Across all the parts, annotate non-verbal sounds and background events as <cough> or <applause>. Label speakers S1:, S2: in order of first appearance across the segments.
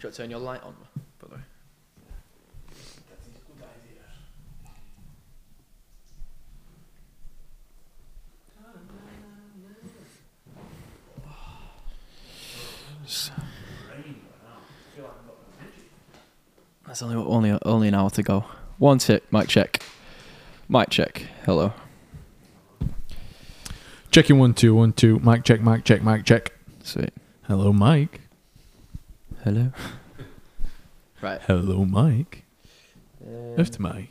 S1: Try to turn your light on, by the way. That's only only only an hour to go. One tick, mic check, mic check. Hello.
S2: Checking one, two, one, two. Mic check, mic check, mic check.
S1: Sweet.
S2: Hello, Mike.
S1: Hello. right.
S2: Hello, Mike. Left Mike.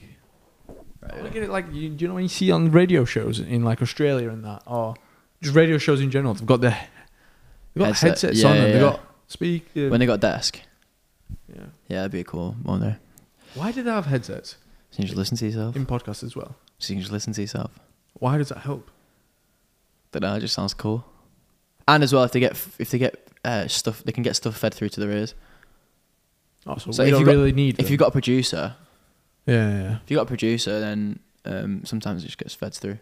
S2: Look at it like, you, do you know when you see on radio shows in like Australia and that, or just radio shows in general, they've got the they've got
S1: Headset.
S2: headsets
S1: Yeah,
S2: on them,
S1: yeah,
S2: they've
S1: yeah.
S2: got speak. uh,
S1: When they got desk.
S2: yeah.
S1: Yeah, that'd be a cool one there.
S2: Why do they have headsets
S1: So you can just listen to yourself.
S2: in podcasts as well?
S1: So you can just listen to yourself.
S2: Why does that help?
S1: That know, it just sounds cool. And as well, if they get if they get uh, stuff, they can get stuff fed through to their ears.
S2: Oh, so,
S1: So
S2: we
S1: if
S2: don't
S1: you got-
S2: really need
S1: If
S2: them.
S1: you've got a producer,
S2: yeah, yeah, yeah.
S1: if you've got a producer, then um, sometimes it just gets fed through.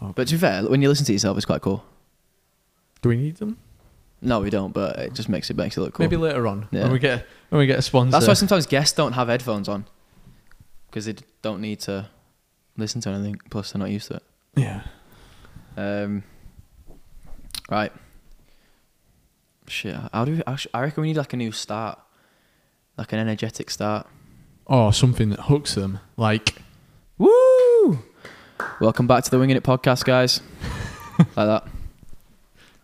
S2: Oh.
S1: But to be fair, when you listen to yourself, it's quite cool.
S2: do we need them?
S1: No, we don't, but it just makes it makes it look cool.
S2: Maybe later on
S1: Yeah.
S2: when we get when we get a sponsor.
S1: That's why sometimes guests don't have headphones on because they d- don't need to listen to anything. Plus, they're not used to it.
S2: yeah.
S1: Um, right. Shit. How do we, I, sh- I reckon we need like a new start, like an energetic start.
S2: Or Oh, something that hooks them, like
S1: Woo! Welcome back to the Winging It podcast, guys.
S2: <laughs>
S1: like that.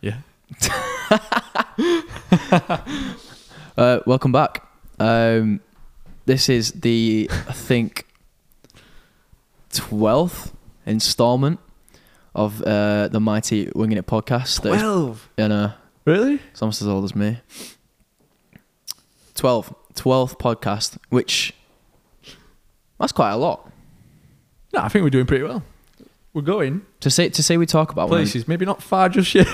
S2: yeah.
S1: <laughs> Uh, welcome back. Um, this is the I think twelfth installment of uh, the mighty Winging It podcast. That is-
S2: Twelve.
S1: and uh,
S2: Really?
S1: it's almost as old as me. 12th, 12th podcast, which that's quite a lot
S2: No, I think we're doing pretty well. We're going
S1: to say. To say we talk about one. of-
S2: places, maybe not far just yet.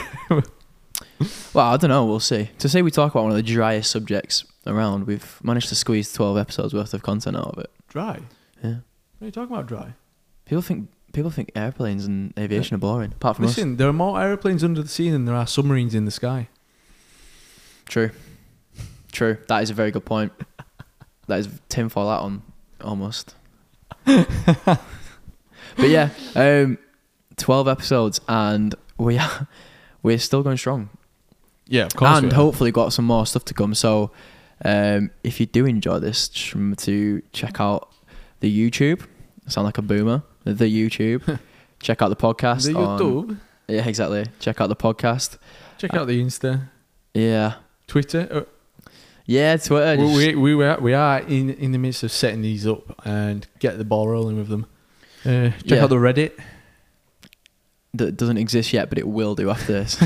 S1: Well, I don't know. We'll see. To say we talk about one of the driest subjects around, we've managed to squeeze 12 episodes worth of content out of it.
S2: Dry.
S1: Yeah.
S2: What are you talking about, dry?
S1: People think people think airplanes and aviation are boring. Apart from
S2: Listen, there are more airplanes under the sea than there are submarines in the sky.
S1: us. True. True. That is a very good point. That is tinfoil out on almost. but yeah, um, 12 episodes and we are, we're still going strong.
S2: Yeah, of
S1: and hopefully got some more stuff to come. So um, if you do enjoy this, just remember to check out the YouTube. I sound like a boomer. The
S2: <laughs>
S1: YouTube. check out the podcast.
S2: the
S1: on-
S2: YouTube.
S1: yeah, exactly. Check out the podcast.
S2: Check out the Insta,
S1: Yeah.
S2: Twitter. Uh,
S1: Yeah, Twitter.
S2: we,
S1: just-
S2: we, we, were- we are in, in the midst of setting these up and get the ball rolling with them. Uh, check
S1: Yeah.
S2: out the Reddit.
S1: that doesn't exist yet, but it will do after this.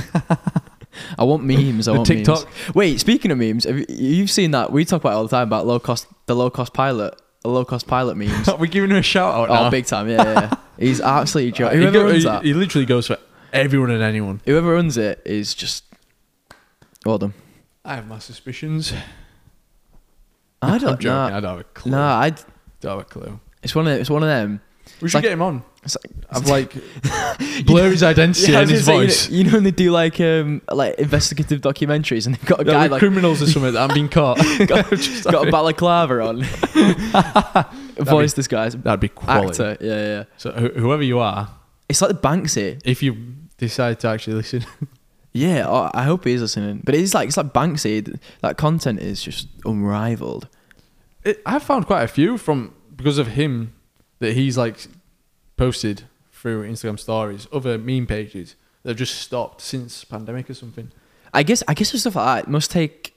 S1: <laughs> I want memes. I
S2: The
S1: want
S2: TikTok. <laughs>
S1: memes. Wait, speaking of memes, have you, you've seen that we talk about it all the time about low cost, the low cost pilot, the low cost pilot
S2: <laughs>
S1: memes.
S2: We're giving him a shout out
S1: oh,
S2: now.
S1: big time! Yeah,
S2: <laughs>
S1: yeah. yeah. He's absolutely
S2: Uh,
S1: joking.
S2: he,
S1: Whoever
S2: go-
S1: runs
S2: he-
S1: that,
S2: he literally goes for everyone and anyone.
S1: whoever runs it is just well done.
S2: I have my suspicions.
S1: I
S2: <laughs> <laughs> I'm
S1: don't
S2: joking.
S1: know.
S2: I don't have a clue.
S1: Nah, I.
S2: Don't have a clue.
S1: It's one of it's one of
S2: <laughs>
S1: them.
S2: We should
S1: like-
S2: get him on.
S1: It's like,
S2: I've <laughs> like blur his <laughs> identity
S1: I
S2: and
S1: was
S2: his
S1: gonna
S2: voice.
S1: say, You know, you know when they do like um like investigative documentaries and they've got a
S2: Yeah,
S1: guy
S2: with
S1: like
S2: <laughs> criminals or something that haven't been caught. <laughs>
S1: got, got a balaclava on, <laughs> voice disguise,
S2: That'd be quality.
S1: actor. Yeah, yeah.
S2: So wh- whoever you are,
S1: It's like the Banksy.
S2: if you decide to actually listen,
S1: Yeah, oh, I hope he is listening. But it's like it's like Banksy. Th- That content is just unrivaled.
S2: <laughs> it, I've found quite a few from because of him that he's like posted through Instagram stories, other meme pages that have just stopped since pandemic or something.
S1: I guess I guess with stuff like that it must take.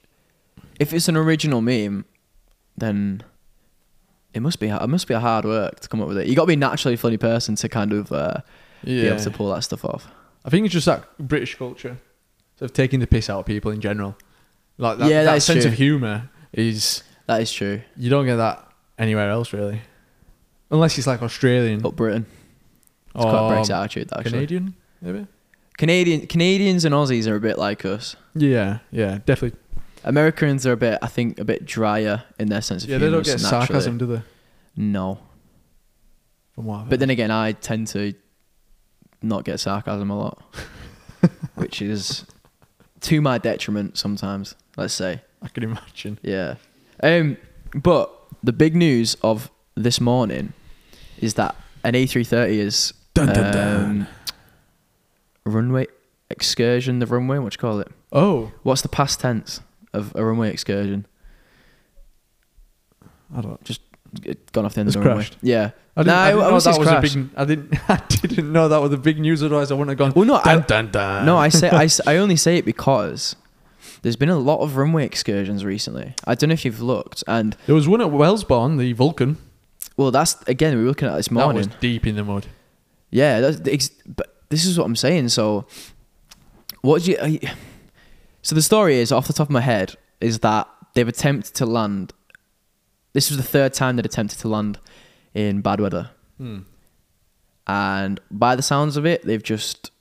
S1: If it's an original meme, then it must be it must be a hard work to come up with it. You got to be a naturally funny person to kind of uh, be
S2: Yeah,
S1: able to pull that stuff off.
S2: I think it's just that British culture so of taking the piss out of people in general. Like that,
S1: Yeah,
S2: that
S1: that's
S2: sense
S1: true.
S2: of humor is
S1: That is true.
S2: you don't get that anywhere else really, unless it's like Australian
S1: But Britain, Oh, it's quite
S2: or
S1: Brexit attitude. That, actually,
S2: Canadian, maybe.
S1: Canadian Canadians and Aussies are a bit like us.
S2: Yeah, yeah, definitely.
S1: Americans are a bit, I think, a bit drier in their sense of
S2: yeah,
S1: humor.
S2: they don't get
S1: so
S2: sarcasm,
S1: naturally-
S2: do they?
S1: No,
S2: From what? I've
S1: but
S2: heard.
S1: then again, I tend to not get sarcasm a
S2: <laughs>
S1: lot, which is to my detriment sometimes. Let's say
S2: I can imagine.
S1: Yeah. Um, but the big news of this morning is that an A330 is
S2: Dun, dun, dun.
S1: um, runway excursion. The runway, what do you call it?
S2: Oh,
S1: What's the past tense of a runway excursion?
S2: I don't.
S1: It gone off the end
S2: It's
S1: of the runway.
S2: crashed.
S1: Yeah.
S2: I didn't,
S1: No,
S2: I didn't
S1: I
S2: know
S1: was
S2: that
S1: just
S2: was
S1: crashed.
S2: a big. I didn't. <laughs> I didn't know that was a big news. Otherwise, I wouldn't have gone.
S1: Well, no, I,
S2: Dun dun dun.
S1: No, I say I, s- I only say it because there's been a lot of runway excursions recently. I don't know if you've looked, and
S2: there was one at Wellsbarn, the Vulcan.
S1: well, that's again we were looking at this morning.
S2: That was deep in the mud.
S1: yeah, that's, the ex- but this is what I'm saying. So, what do you? I, so the story is off the top of my head is that they've attempted to land. This was the third time they'd attempted to land in bad weather,
S2: Hmm.
S1: and by the sounds of it, they've just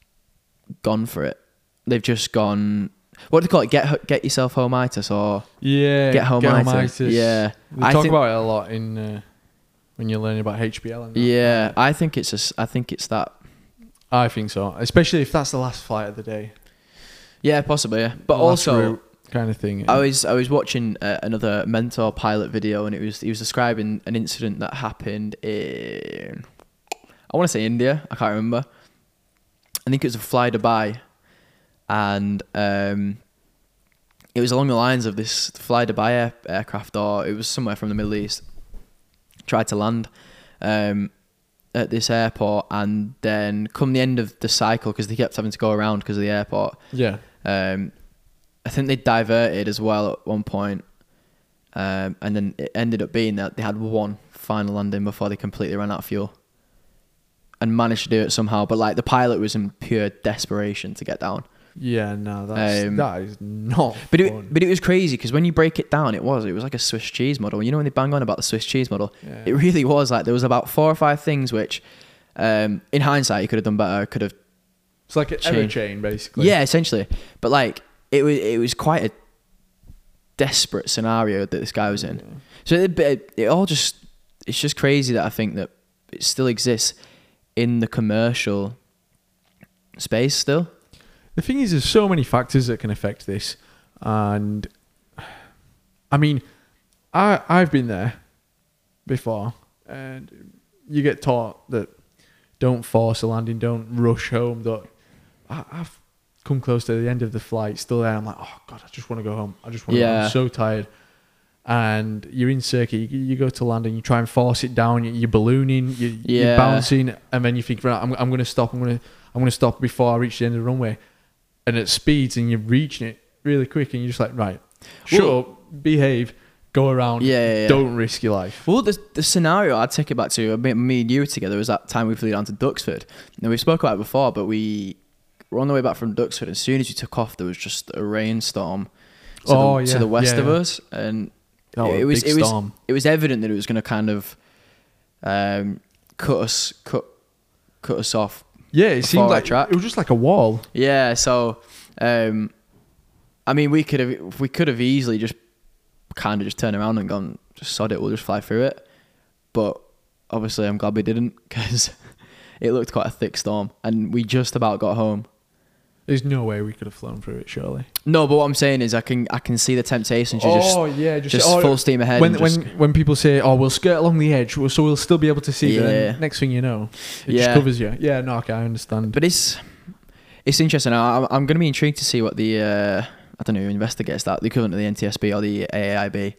S1: gone for it. They've just gone. What do they call it? Get ho- get yourself homeitis or
S2: Yeah.
S1: get homitis. Yeah,
S2: They
S1: I
S2: talk
S1: think,
S2: about it a lot in uh, when you're learning about HPL. And that.
S1: yeah. I think it's just. I think it's that.
S2: I think so. Especially if that's the last flight of the day.
S1: Yeah, possibly. Yeah, but
S2: The last
S1: also. Oh,
S2: route kind of thing.
S1: I was I was watching uh, another mentor pilot video, and it was he was describing an incident that happened in I want to say India. I can't remember. I think it was a fly Dubai, and um, it was along the lines of this fly Dubai air- aircraft, or it was somewhere from the Middle East. Tried to land um, at this airport, and then come the end of the cycle because they kept having to go around because of the airport.
S2: yeah.
S1: Um, I think they diverted as well at one point, um, and then it ended up being that they had one final landing before they completely ran out of fuel, and managed to do it somehow. But like the pilot was in pure desperation to get down.
S2: Yeah. No, that's
S1: Um,
S2: that is not.
S1: But
S2: fun.
S1: it, but it was crazy because when you break it down, it was it was like a Swiss cheese model. You know when they bang on about the Swiss cheese model,
S2: Yeah.
S1: it really was like there was about four or five things which, um, in hindsight, you could have done better. Could have
S2: it's like an
S1: chain.
S2: ever chain basically.
S1: Yeah, essentially. But like it was it was quite a desperate scenario that this guy was in. So it, it, it all just it's just crazy that I think that it still exists in the commercial space still.
S2: The thing is, there's so many factors that can affect this, and I mean, I I've been there before, and you get taught that don't force a landing, don't rush home. That I, I've come close to the end of the flight, still there. I'm like, oh god, I just want to go home. I just want to. Go home.
S1: Yeah.
S2: I'm so tired. And you're in circuit. You, you go to landing. You try and force it down. you- You're ballooning. You,
S1: Yeah.
S2: You're bouncing, and then you think, right, I'm, I'm going to stop. I'm going to I'm going to stop before I reach the end of the runway and it speeds and you're reaching it really quick and you're just like right shut
S1: Well-
S2: up behave go around
S1: Yeah, yeah, yeah.
S2: don't risk your life
S1: Well, the, the scenario I'd take it back to, me, me and you were together, was that time we flew down to Duxford. Now, we spoke about it before, but we were on the way back from Duxford. As soon as we took off, there was just a rainstorm to,
S2: Oh,
S1: the,
S2: yeah,
S1: to the west
S2: yeah,
S1: of
S2: yeah.
S1: us. And
S2: Oh,
S1: it,
S2: a
S1: was,
S2: big
S1: it, was,
S2: storm.
S1: it was evident that it was going to kind of um, cut us cut cut us off.
S2: yeah it seemed
S1: Follow
S2: like
S1: track.
S2: it was just like a wall
S1: Yeah, so um, I mean, we could have we could have easily just kind of just turned around and gone, just sod it, we'll just fly through it. But obviously, I'm glad we didn't <laughs> because it looked quite a thick storm, and we just about got home.
S2: there's no way we could have flown through it surely
S1: No, but what I'm saying is, I can I can see the temptation to just
S2: yeah
S1: just, full steam ahead.
S2: Oh, when,
S1: and just-
S2: when when people say oh we'll skirt along the edge well, so we'll still be able to see but
S1: Yeah.
S2: then next thing you know it
S1: Yeah.
S2: just covers you yeah no okay, I understand
S1: But it's it's interesting. I, I'm- I'm going to be intrigued to see what the uh, I don't know who investigates that the equivalent of the NTSB or the AAIB,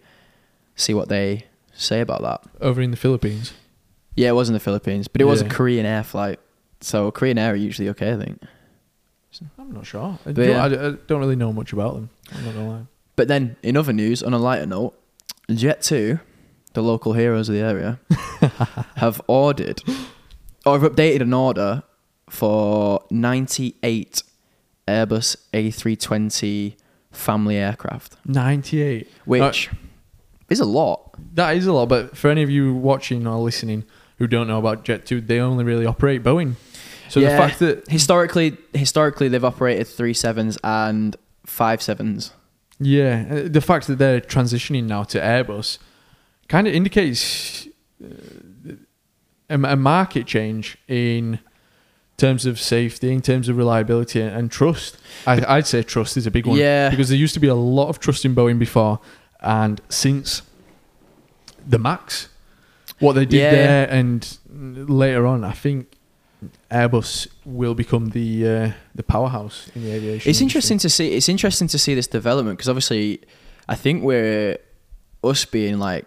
S1: see what they say about that.
S2: over in the Philippines
S1: Yeah, it was in the Philippines, but it was a
S2: Yeah.
S1: Korean Air flight, so Korean Air are usually okay, I think.
S2: I'm not sure I,
S1: But
S2: don't,
S1: yeah.
S2: I, I don't really know much about them I'm not gonna lie
S1: But then, in other news, on a lighter note, Jet Two, the local heroes of the area, have ordered or have updated an order for 98 Airbus A320 family aircraft.
S2: 98
S1: which is a lot.
S2: That is a lot, but for any of you watching or listening who don't know about Jet 2, they only really operate Boeing. So
S1: Yeah.
S2: the fact that
S1: Historically, historically they've operated three sevens and five sevens.
S2: yeah, uh, the fact that they're transitioning now to Airbus kind of indicates uh, a, a market change in terms of safety, in terms of reliability and, and trust. I, I'd say trust is a big one.
S1: Yeah.
S2: Because there used to be a lot of trust in Boeing before, and since the Max, what they did
S1: Yeah.
S2: there, and later on, I think Airbus will become the uh, the powerhouse in the aviation.
S1: It's
S2: industry.
S1: interesting to see. It's interesting to see this development because obviously, I think we're us being like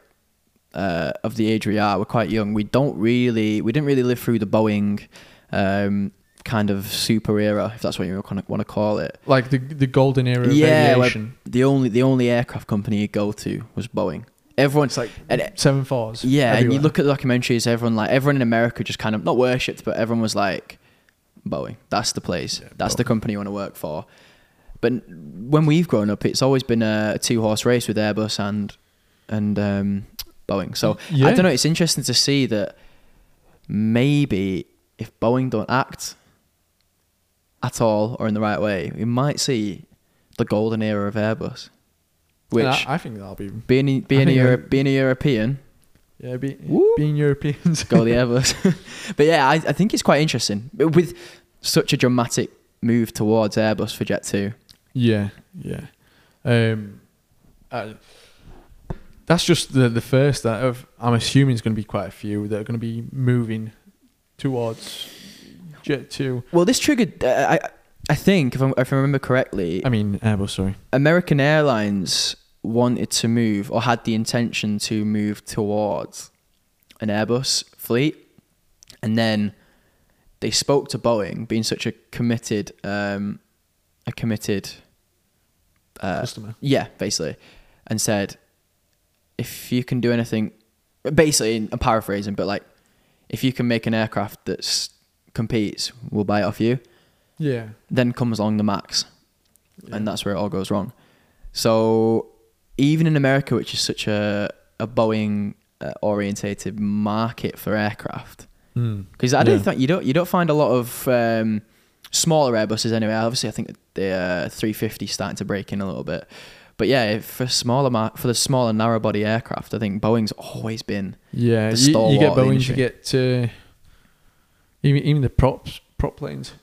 S1: uh, of the age we are. We're quite young. We don't really. We didn't really live through the Boeing um, kind of super era, if that's what you want to call it.
S2: like the the golden era of
S1: Yeah, like-
S2: aviation.
S1: The only the only aircraft company you go to was Boeing. Everyone,
S2: It's like
S1: and
S2: seven fours.
S1: Yeah, and you
S2: everywhere.
S1: look at the documentaries, everyone like everyone in America just kind of not worshipped, but everyone was like, Boeing, that's the place.
S2: Yeah,
S1: that's
S2: Boeing.
S1: the company you want to work for. But n- when we've grown up, it's always been a, a two horse race with Airbus and and um, Boeing. So
S2: Yeah.
S1: I don't know, it's interesting to see that maybe if Boeing don't act at all or in the right way, we might see the golden era of Airbus. Which
S2: And I, I think that'll be
S1: being being a
S2: think
S1: Euro-
S2: that-
S1: being a European
S2: yeah, be,
S1: Woo.
S2: being Europeans.
S1: go the Airbus. <laughs> but yeah, I, I think it's quite interesting But with such a dramatic move towards Airbus for Jet Two.
S2: <laughs> Yeah, yeah. Um, I, that's just the the first that of I'm assuming is going to be quite a few that are going to be moving towards Jet Two.
S1: Well, this triggered. Uh, I I think if I, if I remember correctly,
S2: I mean Airbus, sorry.
S1: American Airlines wanted to move or had the intention to move towards an Airbus fleet, and then they spoke to Boeing, being such a committed, um, a committed. Uh,
S2: Customer.
S1: Yeah, basically, and said, if you can do anything, basically, I'm paraphrasing, but like, if you can make an aircraft that competes, we'll buy it off you.
S2: Yeah.
S1: Then comes along the Max,
S2: yeah.
S1: and that's where it all goes wrong. So, even in America, which is such a a Boeing uh, orientated market for aircraft,
S2: Mm.
S1: because I don't
S2: Yeah.
S1: think you don't you don't find a lot of um, smaller Airbuses anyway. Obviously, I think the uh, 350 starting to break in a little bit, but yeah, if for smaller mar- for the smaller narrow body aircraft, I think Boeing's always been
S2: Yeah,
S1: The
S2: you, you get
S1: stalwart of the
S2: Boeing,
S1: industry.
S2: you get uh, even even the props prop planes,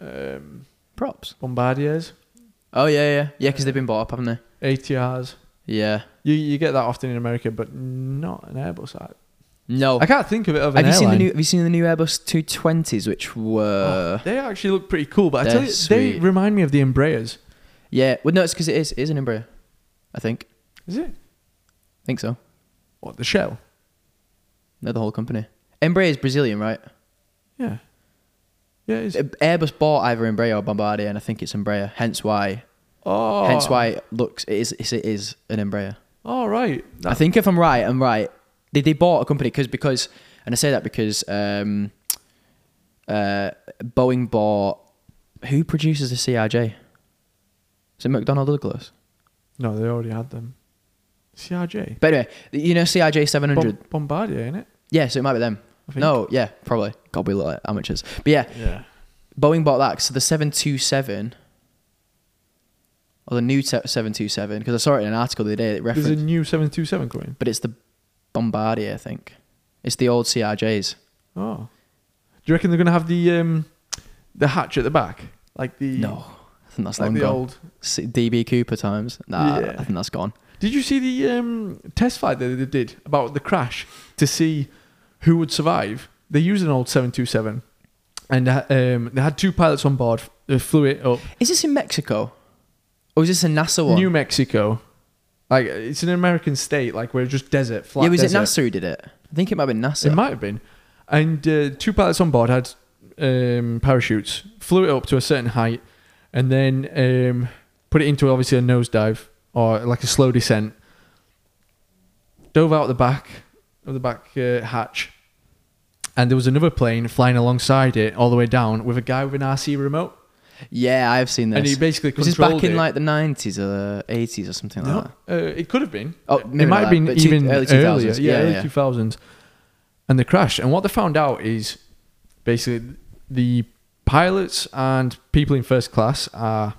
S2: um,
S1: props.
S2: Bombardiers,
S1: Oh yeah, yeah, yeah, because they've been bought up, haven't they?
S2: ATRs.
S1: Yeah.
S2: You you get that often in America, but not an Airbus. I,
S1: No.
S2: I can't think of it. Of an
S1: Oh. Have you seen the
S2: airline. Oh,
S1: new Have you seen the new Airbus 220s, which were
S2: They actually look pretty cool, but I
S1: They're
S2: tell you, they
S1: sweet.
S2: remind me of the Embraers.
S1: yeah? Well, no, it's because it is it is an Embraer, I think.
S2: Is it?
S1: I think so.
S2: What the shell?
S1: They're the whole company. Embraer is Brazilian, right?
S2: Yeah, yeah. It's,
S1: Airbus bought either Embraer or Bombardier, and I think it's Embraer. Hence why
S2: oh,
S1: Hence why it looks it is it is an Embraer.
S2: All right.
S1: I think if I'm right, I'm right. They they bought a company because because and I say that because um, uh, Boeing bought who produces the CRJ? Is it McDonnell Douglas?
S2: No, they already had them. CRJ.
S1: But anyway, you know CRJ 700.
S2: Bom- Bombardier, innit?
S1: yeah, so it might be them.
S2: I think.
S1: No, yeah, probably. God, we look like amateurs. But yeah,
S2: Yeah.
S1: Boeing bought that. So the 727 or the new te- 727 because I saw it in an article the other day that
S2: There's a
S1: referenced,
S2: new 727 coming.
S1: but it's the Bombardier, I think. It's the old CRJs.
S2: Oh. Do you reckon they're gonna have the um, the hatch at the back, like the
S1: No, I think that's
S2: like
S1: long
S2: the
S1: gone.
S2: old?
S1: S- DB Cooper times. Nah,
S2: Yeah.
S1: I think that's gone.
S2: Did you see the um, test flight that they did about the crash to see who would survive? They used an old 727 and uh, um, they had two pilots on board. They flew it up
S1: Is this in Mexico? Or is this a NASA one?
S2: New Mexico. Like it's an American state, like we're just desert, flat
S1: yeah, was
S2: desert.
S1: it NASA who did it? I think it might have been NASA.
S2: It might have been. And uh, two pilots on board had um, parachutes, flew it up to a certain height, and then um, put it into obviously a nosedive or like a slow descent. Dove out the back of the back uh, hatch, and there was another plane flying alongside it all the way down with a guy with an RC remote,
S1: yeah, I've seen this.
S2: and he basically
S1: was this
S2: controlled
S1: back
S2: it.
S1: in like the 90s or 80s or something like
S2: No,
S1: that?
S2: uh, it could have been.
S1: Oh, maybe
S2: it might
S1: not
S2: have
S1: that,
S2: been
S1: but two-
S2: even
S1: early 2000s.
S2: earlier. Yeah,
S1: Yeah,
S2: early
S1: yeah.
S2: 2000s. And the crash. And what they found out is basically the pilots and people in first class are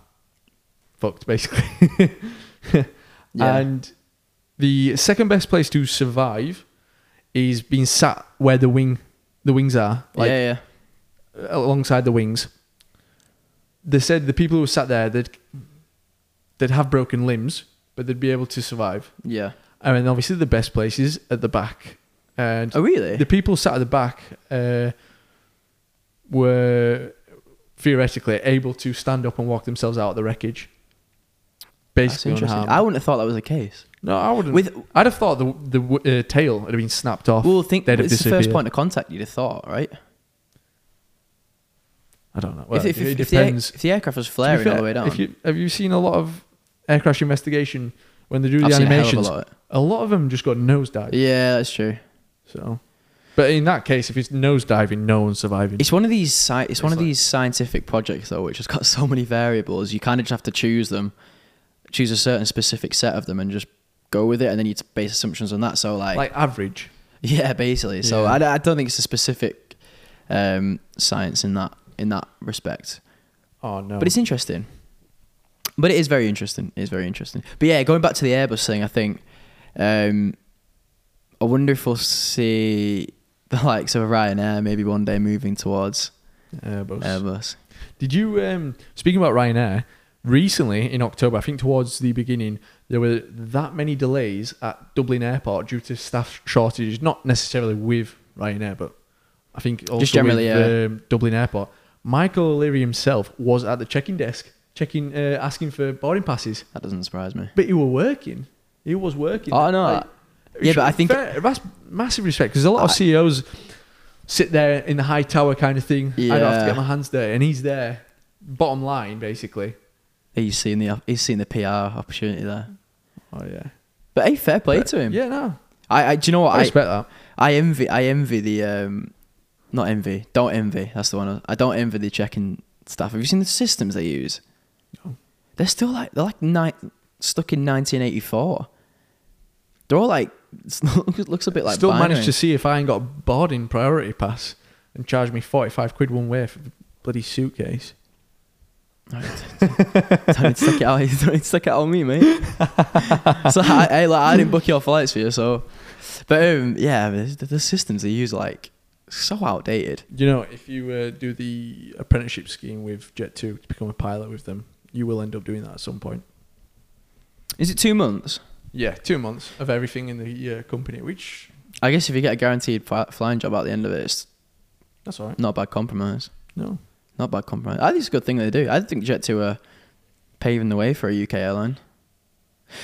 S2: fucked, basically.
S1: <laughs> Yeah.
S2: And the second best place to survive is being sat where the wing the wings are. Like
S1: yeah, yeah.
S2: alongside the wings. They said the people who were sat there, they'd, they'd have broken limbs, but they'd be able to survive.
S1: Yeah.
S2: And then obviously the best places at the back. And
S1: Oh really?
S2: the people sat at the back uh, were theoretically able to stand up and walk themselves out of the wreckage.
S1: That's
S2: Basically,
S1: interesting.
S2: unharmed.
S1: I wouldn't have thought that was the case.
S2: no, I wouldn't.
S1: With
S2: I'd have thought the the w- uh, tail would have been snapped off.
S1: well, think
S2: they'd have
S1: it's the first
S2: disappeared.
S1: point of contact you'd have thought, right?
S2: I don't know. Well,
S1: if, if,
S2: it
S1: if, if the, air-
S2: depends.
S1: if the aircraft was
S2: To be
S1: flaring all
S2: fair,
S1: the way down,
S2: If you, have you seen a lot of air crash investigation when they do
S1: I've
S2: the
S1: seen a hell of a
S2: animations?
S1: lot.
S2: a, lot of them just got nosedived.
S1: Yeah, that's true.
S2: So, but in that case, if it's nosediving, no one's surviving.
S1: It's one of these sci- it's, one
S2: It's
S1: of
S2: like-
S1: these scientific projects though, which has got <laughs> so many variables. You kind of just have to choose them, choose a certain specific set of them, and just go with it. And then you t- base assumptions on that. So like,
S2: like average.
S1: <laughs> yeah, basically. So
S2: Yeah.
S1: I, d- I don't think it's a specific um, science in that in that respect.
S2: Oh no!
S1: But it's interesting. But it is very interesting. It is very interesting. But yeah, going back to the Airbus thing, I think um, I wonder if we'll see <laughs> the likes of Ryanair maybe one day moving towards
S2: Airbus.
S1: Airbus.
S2: Did you um speaking about Ryanair recently in October? I think towards the beginning there were that many delays at Dublin Airport due to staff shortages. Not necessarily with Ryanair, but I think also
S1: generally,
S2: with
S1: yeah.
S2: um, Dublin Airport. Michael O'Leary himself was at the check-in desk, checking, uh, asking for boarding passes,
S1: That doesn't surprise me.
S2: but he were working. He was working.
S1: Oh, I know that. Yeah, but I think-
S2: fair, that's massive respect because a lot of
S1: I-
S2: CEOs sit there in the high tower kind of thing. I don't have
S1: Yeah.
S2: to get my hands dirty, and he's there. Bottom line, basically.
S1: He's seen the he's seen the PR opportunity there.
S2: Oh yeah.
S1: But hey, fair play
S2: But-
S1: to him.
S2: Yeah, no,
S1: I, I do you know
S2: I
S1: what I,
S2: respect that.
S1: I envy I envy the um not envy don't envy that's the one I- I don't envy the checking staff. Have you seen the systems they use?
S2: No.
S1: They're still like they're like ni- stuck in 1984. They're all like <laughs> it's- it looks a bit like
S2: Still
S1: binary.
S2: managed to see if I ain't got a boarding priority pass and charge me forty five quid one way for the bloody suitcase.
S1: Don't need to stick it out. <laughs> Don't need to stick it out on me, mate. so I, I, like, I didn't book your flights for you. So, but um, yeah, I mean, the, the systems they use like so outdated.
S2: You know, if you uh, do the apprenticeship scheme with Jet Two to become a pilot with them, you will end up doing that at some point.
S1: Is it two months?
S2: Yeah, two months of everything in the uh, company, which
S1: I guess if you get a guaranteed fi- flying job at the end of it, it's
S2: that's all right.
S1: not a bad compromise.
S2: No,
S1: Not a bad compromise. I think it's a good thing they do. I think Jet Two are paving the way for a UK airline.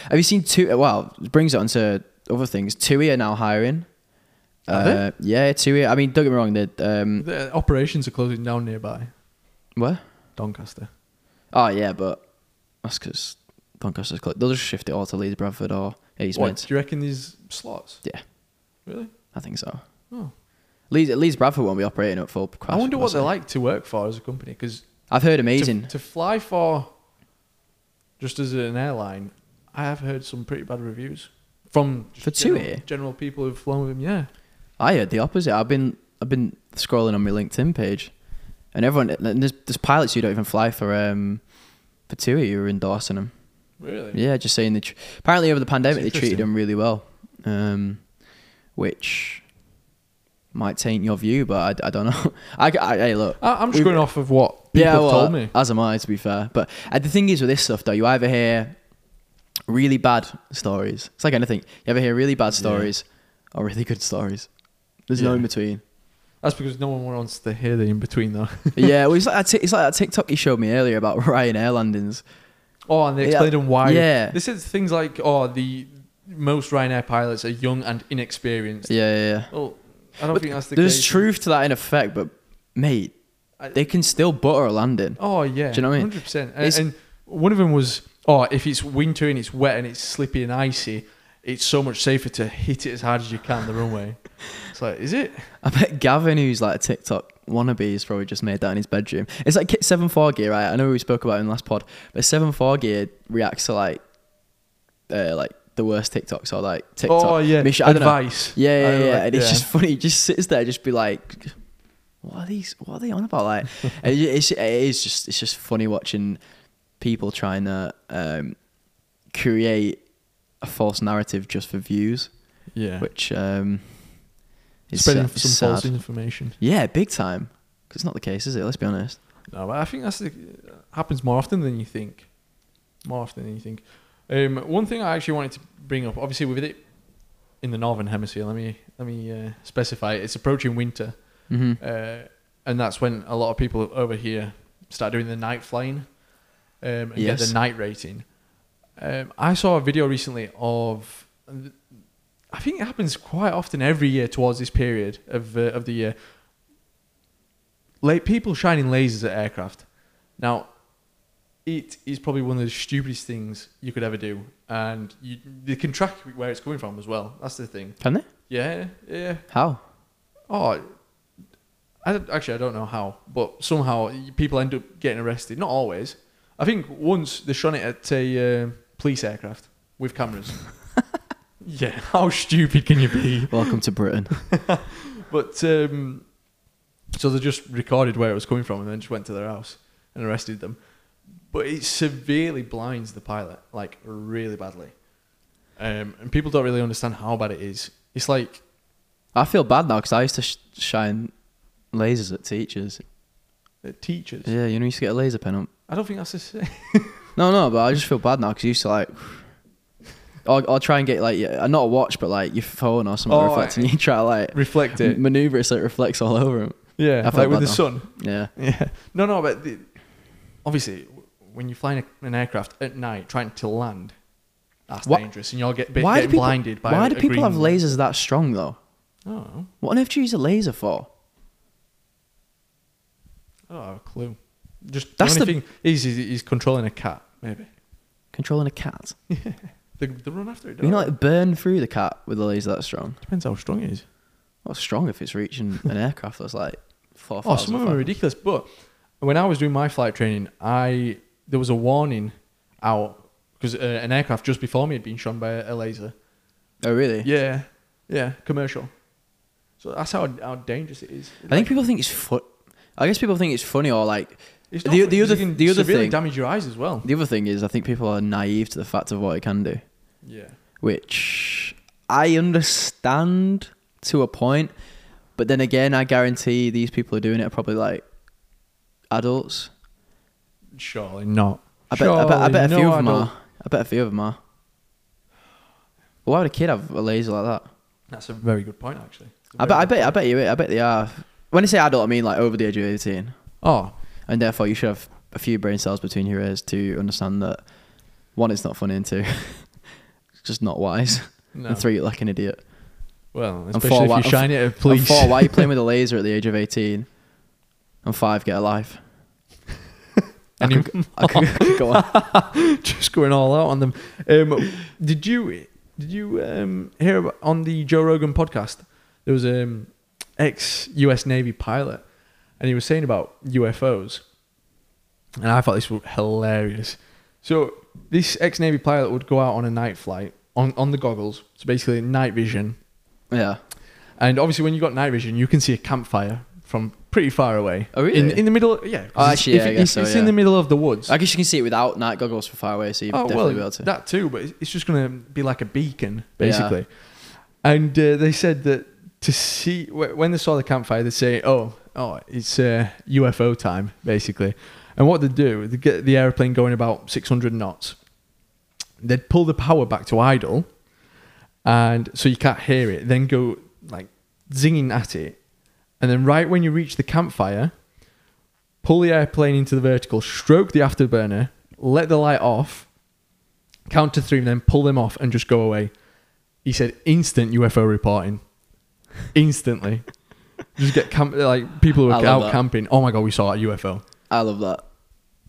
S1: Have you seen two? Well, it brings it onto other things. TUI are now hiring.
S2: Are they?
S1: Uh, yeah, TUI. I mean, don't get me wrong. They um,
S2: the operations are closing down nearby
S1: what?
S2: Doncaster.
S1: Oh yeah, but that's because Doncaster's close. They'll just shift it all to Leeds, Bradford, or
S2: What,
S1: Eastmead.
S2: do you reckon these slots?
S1: Yeah.
S2: Really?
S1: I think so.
S2: Oh.
S1: Leeds, Leeds, Bradford won't be operating at full
S2: I
S1: capacity.
S2: wonder what they're
S1: will they?
S2: like to work for as a company because
S1: I've heard amazing.
S2: To, to fly for just as an airline, I have heard some pretty bad reviews from just
S1: For TUI?
S2: general, general people who've flown with them. Yeah,
S1: I heard the opposite. I've been I've been scrolling on my LinkedIn page, and everyone and there's, there's pilots who don't even fly for um for TUI who are endorsing them.
S2: really.
S1: Yeah, just saying that. Apparently, over the pandemic, they
S2: That's
S1: treated
S2: interesting.
S1: him really well, um, which might taint your view, but I, I don't know. <laughs> I, I hey, look.
S2: I, I'm just
S1: We've-
S2: going off of what people have
S1: well,
S2: told me.
S1: As am I, to be fair. But uh, the thing is with this stuff, though, you either hear really bad stories. It's like anything. You ever hear really bad stories or really good stories. There's no
S2: Yeah.
S1: in
S2: <laughs>
S1: between.
S2: That's because no one wants to hear the in between though. <laughs>
S1: yeah, well, it's like, that ti- it's like that TikTok you showed me earlier about <laughs> Ryanair landings.
S2: Oh, and they
S1: Yeah.
S2: explained them why.
S1: Yeah.
S2: They said things like, "Oh, the most Ryanair pilots are young and inexperienced."
S1: Yeah, yeah, yeah.
S2: Well, I don't
S1: But
S2: think that's the
S1: There's
S2: case.
S1: truth to that in effect, but mate,
S2: I-
S1: they can still butter a landing.
S2: Oh yeah,
S1: Do you know what I mean?
S2: Hundred percent.
S1: It's-
S2: And and one of them was, oh, if it's winter and it's wet and it's slippy and icy, it's so much safer to hit it as hard as you can
S1: <laughs>
S2: the runway. It's like, is it?
S1: I bet Gavin, who's like a TikTok wannabe, has probably just made that in his bedroom. It's like kit seven four gear, right? I know we spoke about it in the last pod, but seven four gear reacts to like, uh, like the worst TikToks or like TikTok.
S2: Oh yeah,
S1: Mish- I don't know.
S2: advice.
S1: Yeah,
S2: I
S1: yeah,
S2: don't
S1: yeah.
S2: like-
S1: and it's just funny. He just sits there, just be like, "What are these? What are they on about?"
S2: <laughs>
S1: Like, and it- it's it is just it's just funny watching people trying to um, create a false narrative just for views,
S2: yeah,
S1: which um, is
S2: spreading
S1: sa- is
S2: some false
S1: sad.
S2: information.
S1: Yeah, big time. Because it's not the case, is it? Let's be honest.
S2: No, but I think that's the, uh, happens more often than you think. More often than you think. Um, one thing I actually wanted to bring up, obviously, with it in the northern hemisphere, let me let me uh, specify. It's approaching winter,
S1: hmm
S2: uh, and that's when a lot of people over here start doing the night flying um, and get
S1: Yes.
S2: the night rating. Um, I saw a video recently of. I think it happens quite often every year towards this period of uh, of the year. Late people shining lasers at aircraft. Now, it is probably one of the stupidest things you could ever do, and you they can track where it's coming from as well. That's the thing.
S1: Can they?
S2: Yeah, yeah.
S1: How?
S2: Oh, I don't- actually I don't know how, but somehow people end up getting arrested. Not always. I think once they shone it at a uh, police aircraft with cameras. yeah, how stupid can you be?
S1: Welcome to Britain.
S2: But um, so they just recorded where it was coming from and then just went to their house and arrested them. But it severely blinds the pilot, like really badly. Um, and people don't really understand how bad it is. It's like
S1: <laughs> I feel bad now because I used to sh- shine lasers at teachers.
S2: uh, teachers.
S1: Yeah, you know, you used to get a laser pen up.
S2: I don't think that's the same. <laughs>
S1: No, no, but I just feel bad now because you used to like. Or, or try and get like yeah, not a watch, but like your phone or something
S2: Oh,
S1: reflecting. You try to
S2: <laughs>
S1: like
S2: Reflect it.
S1: maneuver it so it reflects all over him. I
S2: Yeah,
S1: felt
S2: like with
S1: bad
S2: the
S1: though.
S2: sun.
S1: Yeah,
S2: <laughs> Yeah. No, no, but the, obviously, w- when you're flying a, an aircraft at night trying to land, that's
S1: Wha-
S2: dangerous, and you'll get bit,
S1: why do
S2: getting
S1: people,
S2: blinded by.
S1: why
S2: a-
S1: do
S2: a
S1: people have
S2: green-
S1: lasers that strong though?
S2: Oh,
S1: What on earth do you use a laser for?
S2: I don't have a clue. Just
S1: That's
S2: that's the
S1: the-
S2: only thing is is he's controlling a cat. Maybe <laughs>
S1: Controlling a cat?
S2: they, they run after it.
S1: You
S2: don't
S1: know,
S2: they?
S1: like burn through the cat with a laser that strong.
S2: depends how strong it is.
S1: Well, strong if it's reaching an <laughs> aircraft that's like four.
S2: Oh, some of them are ridiculous. But when I was doing my flight training, I there was a warning out because uh, an aircraft just before me had been shot by a, a laser.
S1: Oh, really?
S2: Yeah, yeah, commercial. So that's how how dangerous it is.
S1: I think people think it's foot. I guess people think it's funny or like
S2: It's
S1: The-
S2: not-
S1: the
S2: you
S1: other-
S2: can
S1: the other
S2: severely
S1: thing-
S2: damage your eyes as well.
S1: the other thing is I think people are naive to the fact of what it can do,
S2: Yeah,
S1: which I understand to a point, but then again, I guarantee these people who are doing it are probably like adults.
S2: surely not.
S1: I bet, I bet, I
S2: Surely
S1: bet a few
S2: no
S1: of them
S2: adult-
S1: are. I bet a few of them are. Why would a kid have a laser like that?
S2: That's a very good point, actually. It's a
S1: I bet, I
S2: very
S1: bet, I bet you, I bet they are. When I say adult, I mean like over the age of eighteen.
S2: good- Oh,
S1: and therefore you should have a few brain cells between your ears to understand that one, it's not funny, and two, <laughs> it's just not wise,
S2: no.
S1: and three, you're like an idiot.
S2: Well,
S1: four
S2: especially
S1: wa-
S2: if
S1: and
S2: you shine it at police.
S1: And four, why are you playing with a laser at the age of eighteen? And five, get a
S2: <laughs>
S1: life. I
S2: <laughs> And
S1: could, I could, I could <laughs> go
S2: <laughs>
S1: on.
S2: Just going all out on them. Um, did you did you um, hear about, on the Joe Rogan podcast? There was an ex U.S. Navy pilot, and he was saying about UFOs, and I thought this was hilarious. So this ex Navy pilot would go out on a night flight on on the goggles, so basically night vision,
S1: Yeah.
S2: and obviously when you got night vision, you can see a campfire from pretty far away.
S1: Oh,
S2: In,
S1: really?
S2: in the middle, yeah. 'cause
S1: Oh,
S2: it's-
S1: actually, yeah, I
S2: if-
S1: guess
S2: it's,
S1: so,
S2: it's
S1: yeah.
S2: in the middle of the woods
S1: I guess you can see it without night goggles from far away, so
S2: Oh,
S1: you'd definitely be able to.
S2: that too, but it's- it's just going to be like a beacon,
S1: Yeah.
S2: basically. And uh, they said that to see wh- when they saw the campfire, they say, "Oh, oh, it's uh, UFO time," basically. And what they do, they get the airplane going about 600 knots. They'd pull the power back to idle, and so you can't hear it. Then go like zinging at it, and then right when you reach the campfire, pull the airplane into the vertical, stroke the afterburner, let the light off, count to three, and then pull them off and just go away. He said instant UFO reporting, instantly. <laughs> just get camp like people who
S1: I
S2: were
S1: love
S2: out
S1: that.
S2: camping. Oh my god, we saw a UFO.
S1: I love that.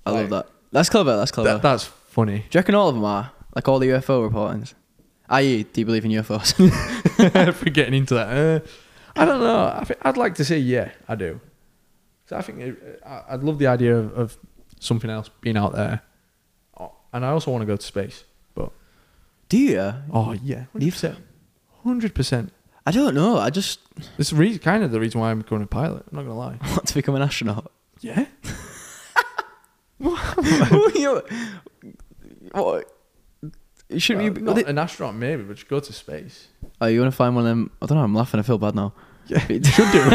S1: I love
S2: Like-
S1: that. That's clever. That's clever.
S2: That, that's funny. <laughs>
S1: Do you reckon all of them are like all the UFO reportings? I.e., <laughs> do you believe in UFOs?
S2: For getting into that, uh, I don't know. I think I'd like to say yeah, I do. 'Cause I think it, I- I'd love the idea of, of something else being out there, Oh, and I also want to go to space. But
S1: do you?
S2: Oh yeah,
S1: Leave
S2: hundred percent.
S1: I don't know. I just <laughs>
S2: This is re- kind of the reason why I'm becoming a pilot. I'm not gonna lie.
S1: want to become an astronaut.
S2: <laughs> Yeah.
S1: Well, you what? Shouldn't
S2: Shouldn't
S1: you?
S2: be
S1: Be,
S2: not an Uh, astronaut maybe, but just go to space. <laughs>
S1: oh, you want to find one of them? I don't know. I'm laughing. I feel bad now.
S2: Yeah, you should do.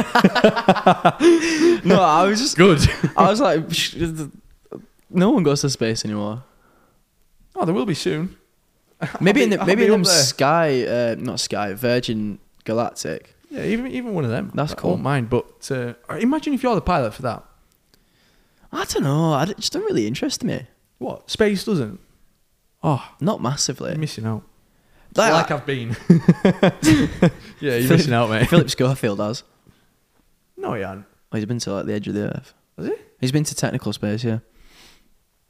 S1: no, I was just,
S2: <laughs> Good.
S1: I was like, "Sh- no one goes to space anymore.
S2: Oh, there will be soon. <laughs>
S1: Maybe
S2: be-
S1: in the,
S2: I'll
S1: maybe
S2: be
S1: in
S2: up
S1: them
S2: there.
S1: Sky, uh, not Sky, Virgin Galactic.
S2: Yeah, even even one of them.
S1: That's
S2: I
S1: cool.
S2: won't mind, but uh, imagine if you're the pilot for that.
S1: I don't know. I d- just don't really interest me.
S2: What space doesn't? Oh,
S1: Not
S2: you're
S1: massively.
S2: missing out.
S1: Like,
S2: like I've been. <laughs> yeah, you're missing out,
S1: <laughs>
S2: mate.
S1: Philip Schofield has.
S2: <laughs> No, you aren't.
S1: Oh, he's been to like the edge of the earth.
S2: Has he?
S1: He's been to technical space, yeah.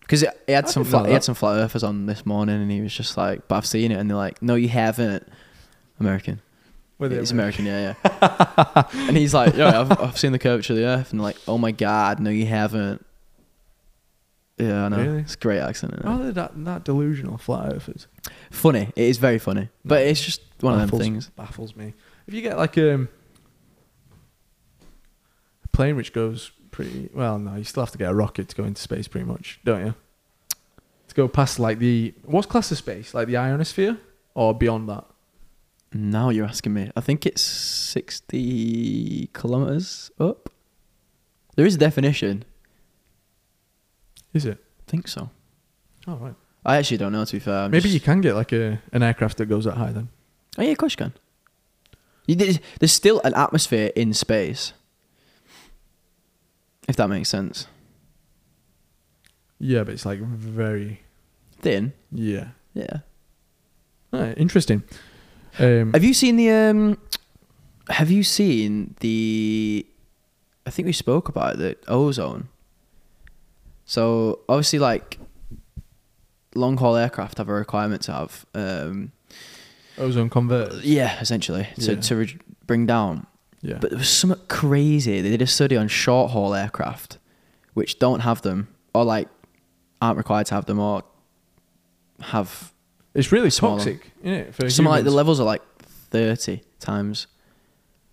S1: Because he had
S2: I
S1: some
S2: didn't
S1: flat,
S2: know
S1: he had
S2: that.
S1: some flat earthers on this morning, and he was just like, "But I've seen it," and they're like, "No, you haven't." American.
S2: Were they
S1: He's
S2: American?
S1: American, yeah, yeah.
S2: <laughs>
S1: and he's like, "Yeah, I've, I've seen the curvature of the Earth," and they're like, "Oh my God, no, you haven't." Yeah, I know.
S2: Really?
S1: It's a great accent. Isn't it?
S2: Oh, they're that that delusional flat earthers.
S1: Funny. It is very funny, but it's just one of them
S2: Baffles-
S1: things.
S2: Baffles me. If you get like um, a plane which goes pretty well, no, you still have to get a rocket to go into space, pretty much, don't you? To go past like the what's class of space, like the ionosphere, or beyond that.
S1: Now you're asking me. I think it's sixty kilometers up. There is a definition.
S2: Is it?
S1: I think so.
S2: Oh right.
S1: I actually don't know. To be fair, I'm
S2: Maybe
S1: just-
S2: you can get like a an aircraft that goes that high then.
S1: Oh yeah, of course you can. You, there's, there's still an atmosphere in space. If that makes sense.
S2: Yeah, but it's like very
S1: Thin.
S2: yeah.
S1: Yeah.
S2: Alright, interesting. Um,
S1: Have you seen the um? Have you seen the? I think we spoke about it, the ozone. So obviously, like long haul aircraft have a requirement to have um,
S2: ozone converters.
S1: yeah, essentially to
S2: Yeah.
S1: to re- bring down.
S2: Yeah.
S1: But there was something crazy. They did a study on short haul aircraft, which don't have them, or like aren't required to have them, or have
S2: it's really
S1: smaller.
S2: toxic, isn't it? For
S1: something like the
S2: humans?
S1: levels are like thirty times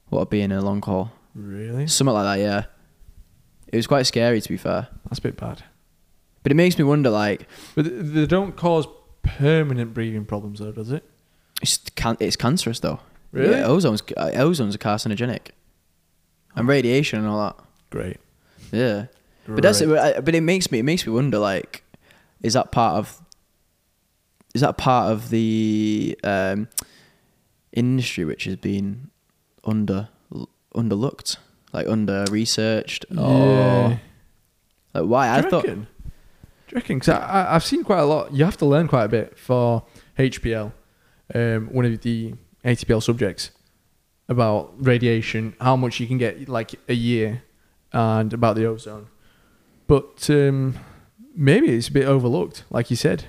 S1: what would be in a long haul.
S2: Really?
S1: Something like that, yeah. It was quite scary to be fair.
S2: That's a bit bad.
S1: But it makes me wonder like
S2: But th- they don't cause permanent breathing problems, though, does it?
S1: it's can- it's cancerous though.
S2: Really?
S1: Yeah, ozone's uh, ozone's a carcinogenic. And
S2: Oh.
S1: radiation and all that.
S2: Great.
S1: Yeah. But that's
S2: Great.
S1: but I- but it makes me it makes me wonder like is that part of is that part of the um, industry which has been under underlooked like under researched
S2: Yeah.
S1: or like why I
S2: Do you
S1: thought
S2: reckon? Do you reckon? 'Cause I, I, I've seen quite a lot. You have to learn quite a bit for HPL, um, one of the HPL subjects, about radiation, how much you can get like a year, and about the ozone. But um, maybe it's a bit overlooked, like you said.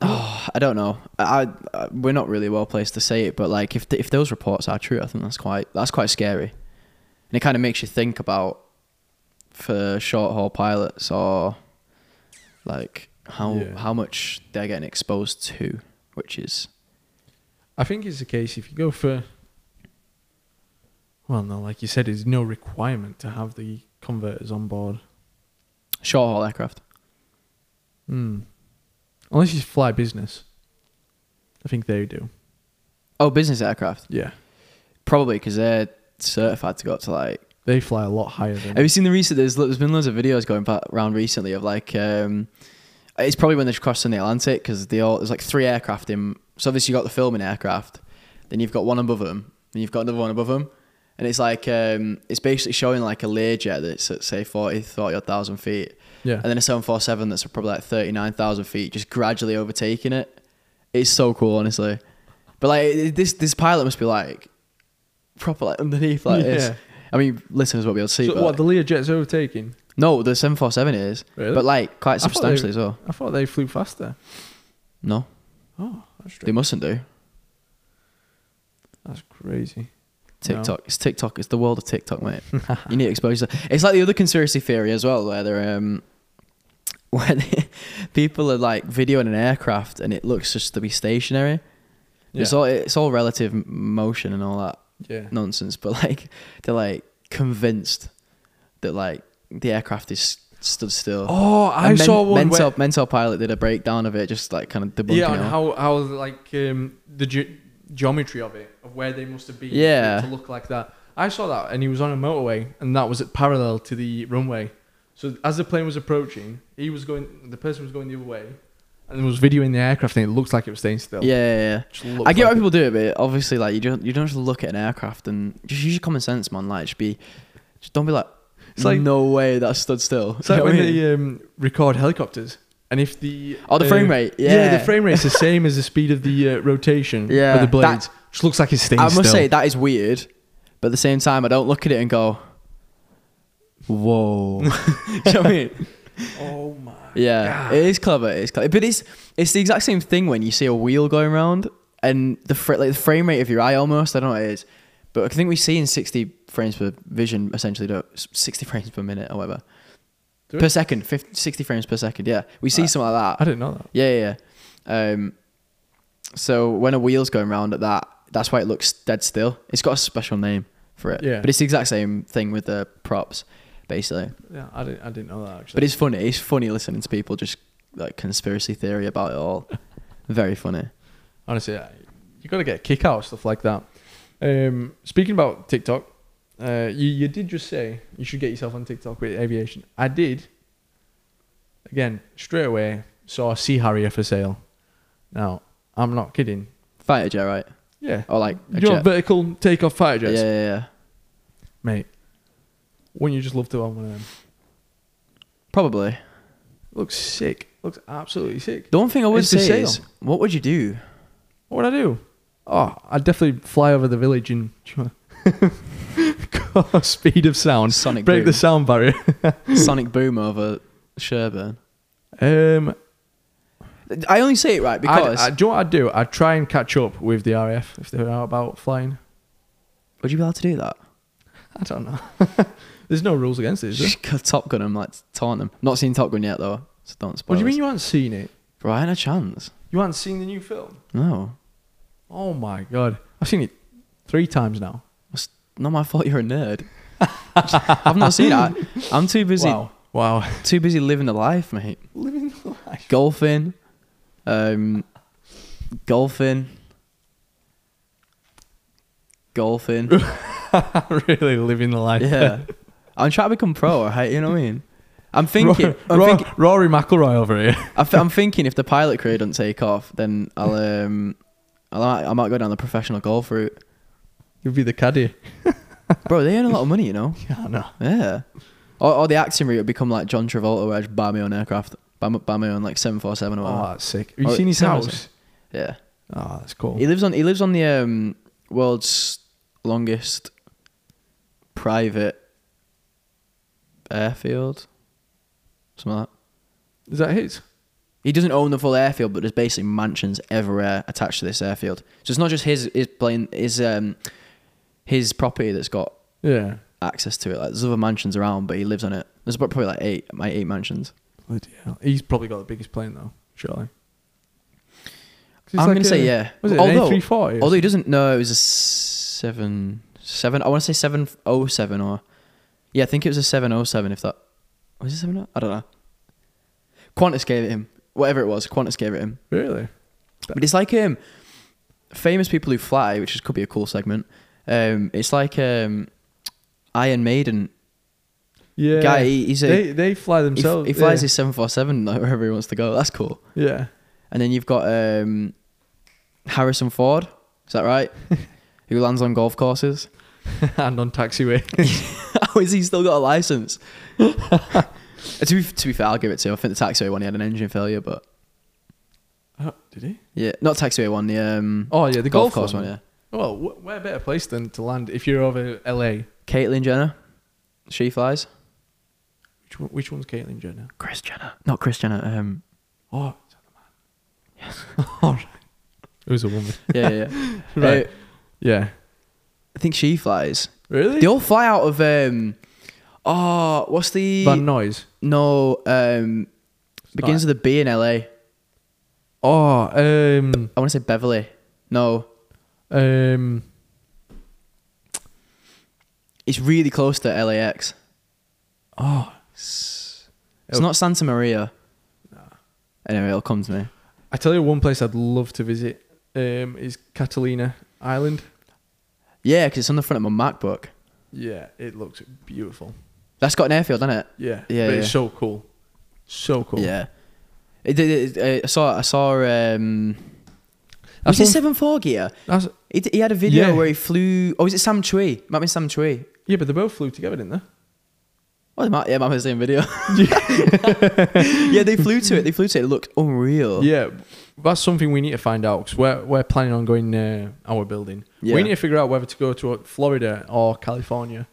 S1: oh, I don't know I, I we're not really well placed to say it but like if th if those reports are true I think that's quite that's quite scary and it kind of makes you think about for short haul pilots or like how
S2: Yeah.
S1: how much they're getting exposed to, which is
S2: I think it's the case if you go for. Well, no, like you said, there's no requirement to have the converters on board.
S1: short haul aircraft.
S2: Hmm. Unless you fly business. I think they do.
S1: Oh, business aircraft,
S2: Yeah.
S1: probably because they're certified to go up to like.
S2: They fly a lot higher than.
S1: Have you seen the recent? There's, there's been loads of videos going back around recently of like. Um, it's probably when they're crossing the Atlantic because they all there's like three aircraft in. So obviously you got the filming aircraft, then you've got one above them, then you've got another one above them, and it's like um, it's basically showing like a Learjet that's at say 40, 30 odd thousand feet,
S2: yeah.
S1: and then a 747 that's probably like 39,000 feet, just gradually overtaking it. It's so cool, honestly. But like it- this, this pilot must be like proper like underneath like
S2: Yeah.
S1: this. I mean, listeners won't be able to see.
S2: so
S1: but
S2: what the Learjet's overtaking?
S1: no, the 747 is,
S2: Really?
S1: but like quite
S2: I thought they-
S1: substantially as well.
S2: I thought they flew faster.
S1: No,
S2: Oh, that's
S1: they mustn't do.
S2: That's crazy.
S1: TikTok, it's TikTok, it's the world of TikTok,
S2: <laughs>
S1: mate. you need exposure. It's like the other conspiracy theory as well, where they're um, <laughs> where they, people are like videoing an aircraft and it looks just to be stationary.
S2: Yeah.
S1: It's all it's all relative m- motion and all that
S2: yeah.
S1: nonsense, but <laughs> like they're like convinced that like the aircraft is stood still.
S2: Oh, I
S1: And men-
S2: saw one.
S1: Mentor,
S2: Where,
S1: mentor pilot did a breakdown of it, just like kind of debunking
S2: yeah,
S1: it.
S2: and
S1: all.
S2: how how like um, the ge- geometry of it, of where they must have been for it
S1: Yeah.
S2: to look like that. I saw that and he was on a motorway and that was parallel to the runway. So as the plane was approaching, he was going the person was going the other way and was videoing the aircraft and it looked like it was staying still.
S1: Yeah, yeah, yeah.
S2: Just looked
S1: I get why
S2: like it-
S1: people do it, but obviously, like you don't you don't just look at an aircraft and just use your common sense, man. Like just be, just don't be like,
S2: It's like-
S1: no way that stood still.
S2: It's
S1: You
S2: like
S1: know
S2: when
S1: what I mean?
S2: they um, record helicopters, and if the
S1: Oh, the
S2: uh,
S1: frame rate. Yeah,
S2: the frame rate's the same as the speed of the uh, rotation
S1: Yeah.
S2: of the
S1: That-
S2: blades. Just looks like it's staying
S1: I must
S2: still.
S1: say that is weird, but at the same time, I don't look at it and go, <laughs> "Whoa." you know what I mean?
S2: <laughs> oh my!
S1: Yeah, it is clever. It is clever, but it's it's the exact same thing when you see a wheel going round and the fr- like the frame rate of your eye almost. I don't know what it is, but I think we see in sixty frames per vision essentially, don't- sixty frames per minute, however,
S2: Do
S1: per
S2: we?
S1: second, 50, 60 frames per second. Yeah, we see
S2: I-
S1: something like that.
S2: I didn't know that.
S1: Yeah, yeah. yeah. Um, so when a wheel's going round at that, that's why it looks dead still. It's got a special name for it.
S2: Yeah.
S1: But it's the exact same thing with the props, basically.
S2: Yeah, I didn't. I didn't know that actually.
S1: But it's funny. It's funny listening to people just like conspiracy theory about it
S2: <laughs>
S1: all. Very funny.
S2: honestly, I- you got to get a kick out of stuff like that. Um, speaking about TikTok, uh, you you did just say you should get yourself on TikTok with aviation. I did. Again, straight away saw a Sea Harrier for sale. Now I'm not kidding.
S1: Fighter jet, right?
S2: Yeah,
S1: Or like a
S2: your
S1: jet.
S2: vertical takeoff fighter
S1: yeah,
S2: jets,
S1: yeah, yeah.
S2: mate. Wouldn't you just love to own one of them?
S1: Probably.
S2: Looks sick. Looks absolutely sick.
S1: The one thing I would
S2: It's for
S1: say
S2: sale.
S1: is, what would you do?
S2: What would I do? Oh, I'd definitely fly over the village and <laughs> speed of sound.
S1: Sonic
S2: break the
S1: boom.
S2: sound barrier. <laughs>
S1: Sonic boom over Sherburne.
S2: Um,
S1: I only say it right because.
S2: I'd, I, do you know what I'd do? I'd try and catch up with the RAF if they're out about flying.
S1: would you be allowed to do that?
S2: I don't know. <laughs> There's no rules against it, is
S1: <laughs>
S2: there?
S1: Just go Top Gun and like taunt them. Not seen Top Gun yet though, so don't spoil.
S2: What do you mean
S1: it.
S2: you haven't seen it?
S1: Bro, I had a chance.
S2: You haven't seen the new film?
S1: No,
S2: Oh my god! I've seen it three times now.
S1: it's not my fault. You're a nerd. <laughs> I've not seen that. I'm too busy.
S2: wow! Wow!
S1: Too busy living the life, mate.
S2: <laughs> Living the life.
S1: Golfing, um, golfing,
S2: <laughs>
S1: golfing.
S2: <laughs> really living the life.
S1: yeah, I'm trying to become pro. Right? You know what I mean? I'm thinking. I'm
S2: Ro-
S1: thinking.
S2: Rory McIlroy over here.
S1: I th- I'm thinking if the pilot crew doesn't take off, then I'll um, I'll, I might go down the professional golf route.
S2: You'll be the caddy.
S1: Bro, they earn a lot of money, you know.
S2: <laughs> Yeah, I know.
S1: Yeah. Or, or the acting route would become like John Travolta, where I just buy my own aircraft, buy my, buy my own like seven four seven or
S2: Oh,
S1: whatever.
S2: that's sick. Have you
S1: Oh,
S2: seen his
S1: it's
S2: house?
S1: amazing. Yeah.
S2: Oh, that's cool.
S1: He lives on he lives on the um, world's longest private airfield. Something like that.
S2: Is that his?
S1: He doesn't own the full airfield, but there's basically mansions everywhere attached to this airfield. So it's not just his his plane his um his property that's got
S2: Yeah.
S1: access to it. Like there's other mansions around, but he lives on it. There's about probably like eight, my eight mansions.
S2: Bloody hell. He's probably got the biggest plane though, surely. 'Cause it's
S1: I'm
S2: like
S1: gonna
S2: a-
S1: say yeah.
S2: Was it
S1: although,
S2: an A340?
S1: although he doesn't know it was a seven seven. I want to say seven oh seven or yeah, I think it was a seven oh seven. If that was it seven, oh? I don't know. Qantas gave it him, whatever it was. Qantas gave it him,
S2: really?
S1: but it's like um, famous people who fly, which is, could be a cool segment. Um, it's like um, Iron Maiden
S2: Yeah.
S1: guy. He, he's a
S2: they they fly
S1: he,
S2: themselves.
S1: he flies
S2: yeah.
S1: his seven four seven wherever he wants to go. That's cool.
S2: Yeah. <laughs>
S1: And then you've got um, Harrison Ford. Is that <laughs> right? Who lands on golf courses? <laughs>
S2: and on taxiway.
S1: How is he still got a <laughs> license? to, be, to be fair, I'll give it to him. I think the taxiway one, he had an engine failure, but
S2: oh, did he?
S1: yeah, not taxiway one, the um,
S2: Oh yeah, the
S1: golf, course one. yeah.
S2: Well, wh- where better place than to land if you're over LA?
S1: Caitlyn Jenner, she flies.
S2: Which one, which one's Caitlyn Jenner?
S1: Chris Jenner, not Chris Jenner. Um,
S2: Oh, is that the man? Yes. <laughs> All right. It was a woman.
S1: yeah, yeah. yeah. <laughs> Uh,
S2: Right. yeah.
S1: I think she flies.
S2: Really?
S1: They all fly out of um, oh, what's the
S2: Van Noise.
S1: no um, begins with a B in LA.
S2: Oh, um,
S1: I want to say Beverly. No,
S2: um,
S1: it's really close to LAX.
S2: oh,
S1: It's, it's not Santa Maria. Anyway, it'll come to me.
S2: I tell you one place I'd love to visit. um, is Catalina Island.
S1: Yeah, because it's on the front of my MacBook.
S2: Yeah, it looks beautiful.
S1: That's got an airfield, doesn't it?
S2: Yeah,
S1: Yeah,
S2: but
S1: yeah.
S2: it's so cool, so cool.
S1: Yeah. It, it, it- I saw. I saw. Um,
S2: That's
S1: was it
S2: one-
S1: seven four gear?
S2: That's,
S1: He, d- he had a video
S2: Yeah.
S1: where he flew. Oh, was it Sam Chui? Might be Sam Chui.
S2: yeah, but they both flew together, didn't they?
S1: Oh, they might, yeah, might be the same
S2: <laughs>
S1: video. <laughs> yeah, they flew to it. They flew to it. It looked unreal.
S2: Yeah, that's something we need to find out because we're, we're planning on going uh, our building.
S1: Yeah.
S2: We need to figure out whether to go to uh, Florida or California.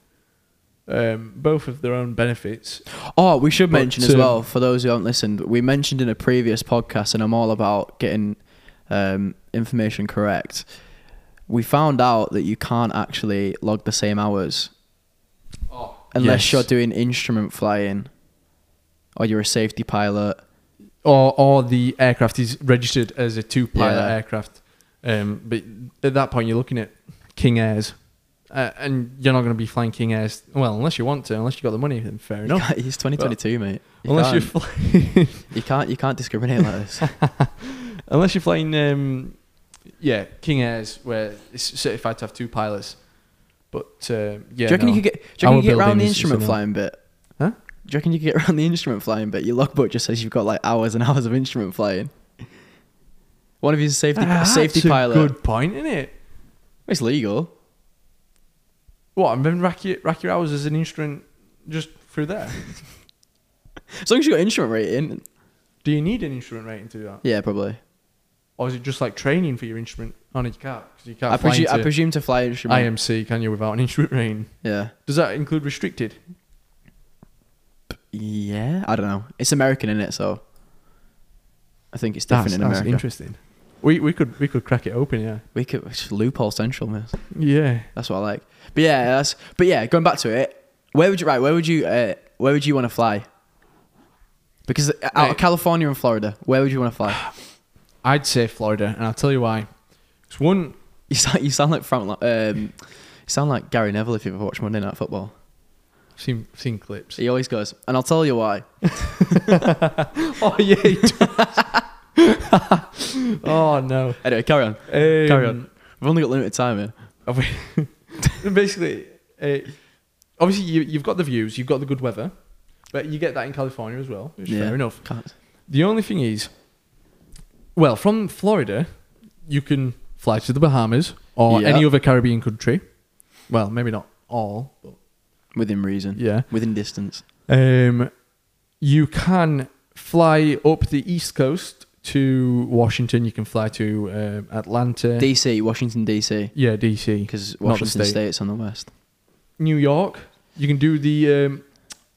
S2: Um, both of their own benefits.
S1: Oh, we should
S2: But,
S1: mention as
S2: um,
S1: well for those who haven't listened. We mentioned in a previous podcast, and I'm all about getting um, information correct. We found out that you can't actually log the same hours unless
S2: Yes.
S1: you're doing instrument flying, or you're a safety pilot.
S2: Or, or the aircraft is registered as a two pilot
S1: Yeah.
S2: aircraft. Um, but at that point, you're looking at King Airs. Uh, and you're not going to be flying King Airs. Well, unless you want to, unless you've got the money, then fair
S1: <laughs> You
S2: enough.
S1: can't- It's 2022, mate. You
S2: unless you're
S1: can't-
S2: flying.
S1: you can't you can't discriminate like this.
S2: <laughs> Unless you're flying, um, yeah, King Airs, where it's certified to have two pilots. But um,
S1: do
S2: yeah,
S1: you reckon
S2: no.
S1: you could get? Do you reckon
S2: Our
S1: you could get around
S2: building
S1: the
S2: is- is
S1: instrument
S2: similar.
S1: flying bit?
S2: Huh?
S1: Do you reckon you could get around the instrument flying bit? Your logbook just says you've got like hours and <laughs> hours of instrument flying. One of you's a safety
S2: Ah,
S1: safety
S2: that's a
S1: pilot.
S2: Good point, isn't it?
S1: It's legal.
S2: What? And then rack your, rack your hours as an instrument just through there.
S1: As long as you got instrument rating.
S2: do you need an instrument rating to do that,
S1: Yeah, probably.
S2: or is it just like training for your instrument? Oh, no, you can't 'cause you can't
S1: I,
S2: fly
S1: presume I
S2: into
S1: presume to fly instrument.
S2: IMC, can you, without an instrument rating?
S1: Yeah.
S2: Does that include restricted?
S1: Yeah. I don't know. It's American in it, so I think it's different in
S2: that's
S1: America.
S2: interesting. We we could we could crack it open, yeah.
S1: we could it's just loophole central, miss.
S2: Yeah.
S1: That's what I like. But yeah, that's. But yeah, going back to it, where would you right? Where would you? Uh, where would you want to fly? Because out of
S2: Mate.
S1: California and Florida, where would you want to fly?
S2: I'd say Florida, and I'll tell you why. It's one
S1: You <laughs> sound, you sound like Frank. Lo- Um, you sound like Gary Neville if you've ever watched Monday Night Football.
S2: seen seen clips.
S1: He always goes, and I'll tell you why.
S2: <laughs> oh yeah. he does. <laughs> oh no. Um,
S1: Anyway, carry on. Carry on. We've only got limited time here.
S2: on. <laughs> Basically, uh, obviously you, you've got the views, you've got the good weather, but you get that in California as well. Which is
S1: Yeah.
S2: Fair enough.
S1: Can't.
S2: The only thing is, well, from Florida, you can fly to the Bahamas or
S1: Yeah.
S2: any other Caribbean country. Well, maybe not all, but
S1: Within reason.
S2: yeah.
S1: Within distance.
S2: Um, you can fly up the east coast to Washington. You can fly to um Atlanta.
S1: DC, Washington DC,
S2: yeah, DC.
S1: because
S2: Not the
S1: Washington
S2: state.
S1: State's on the west.
S2: New York. You can do the um,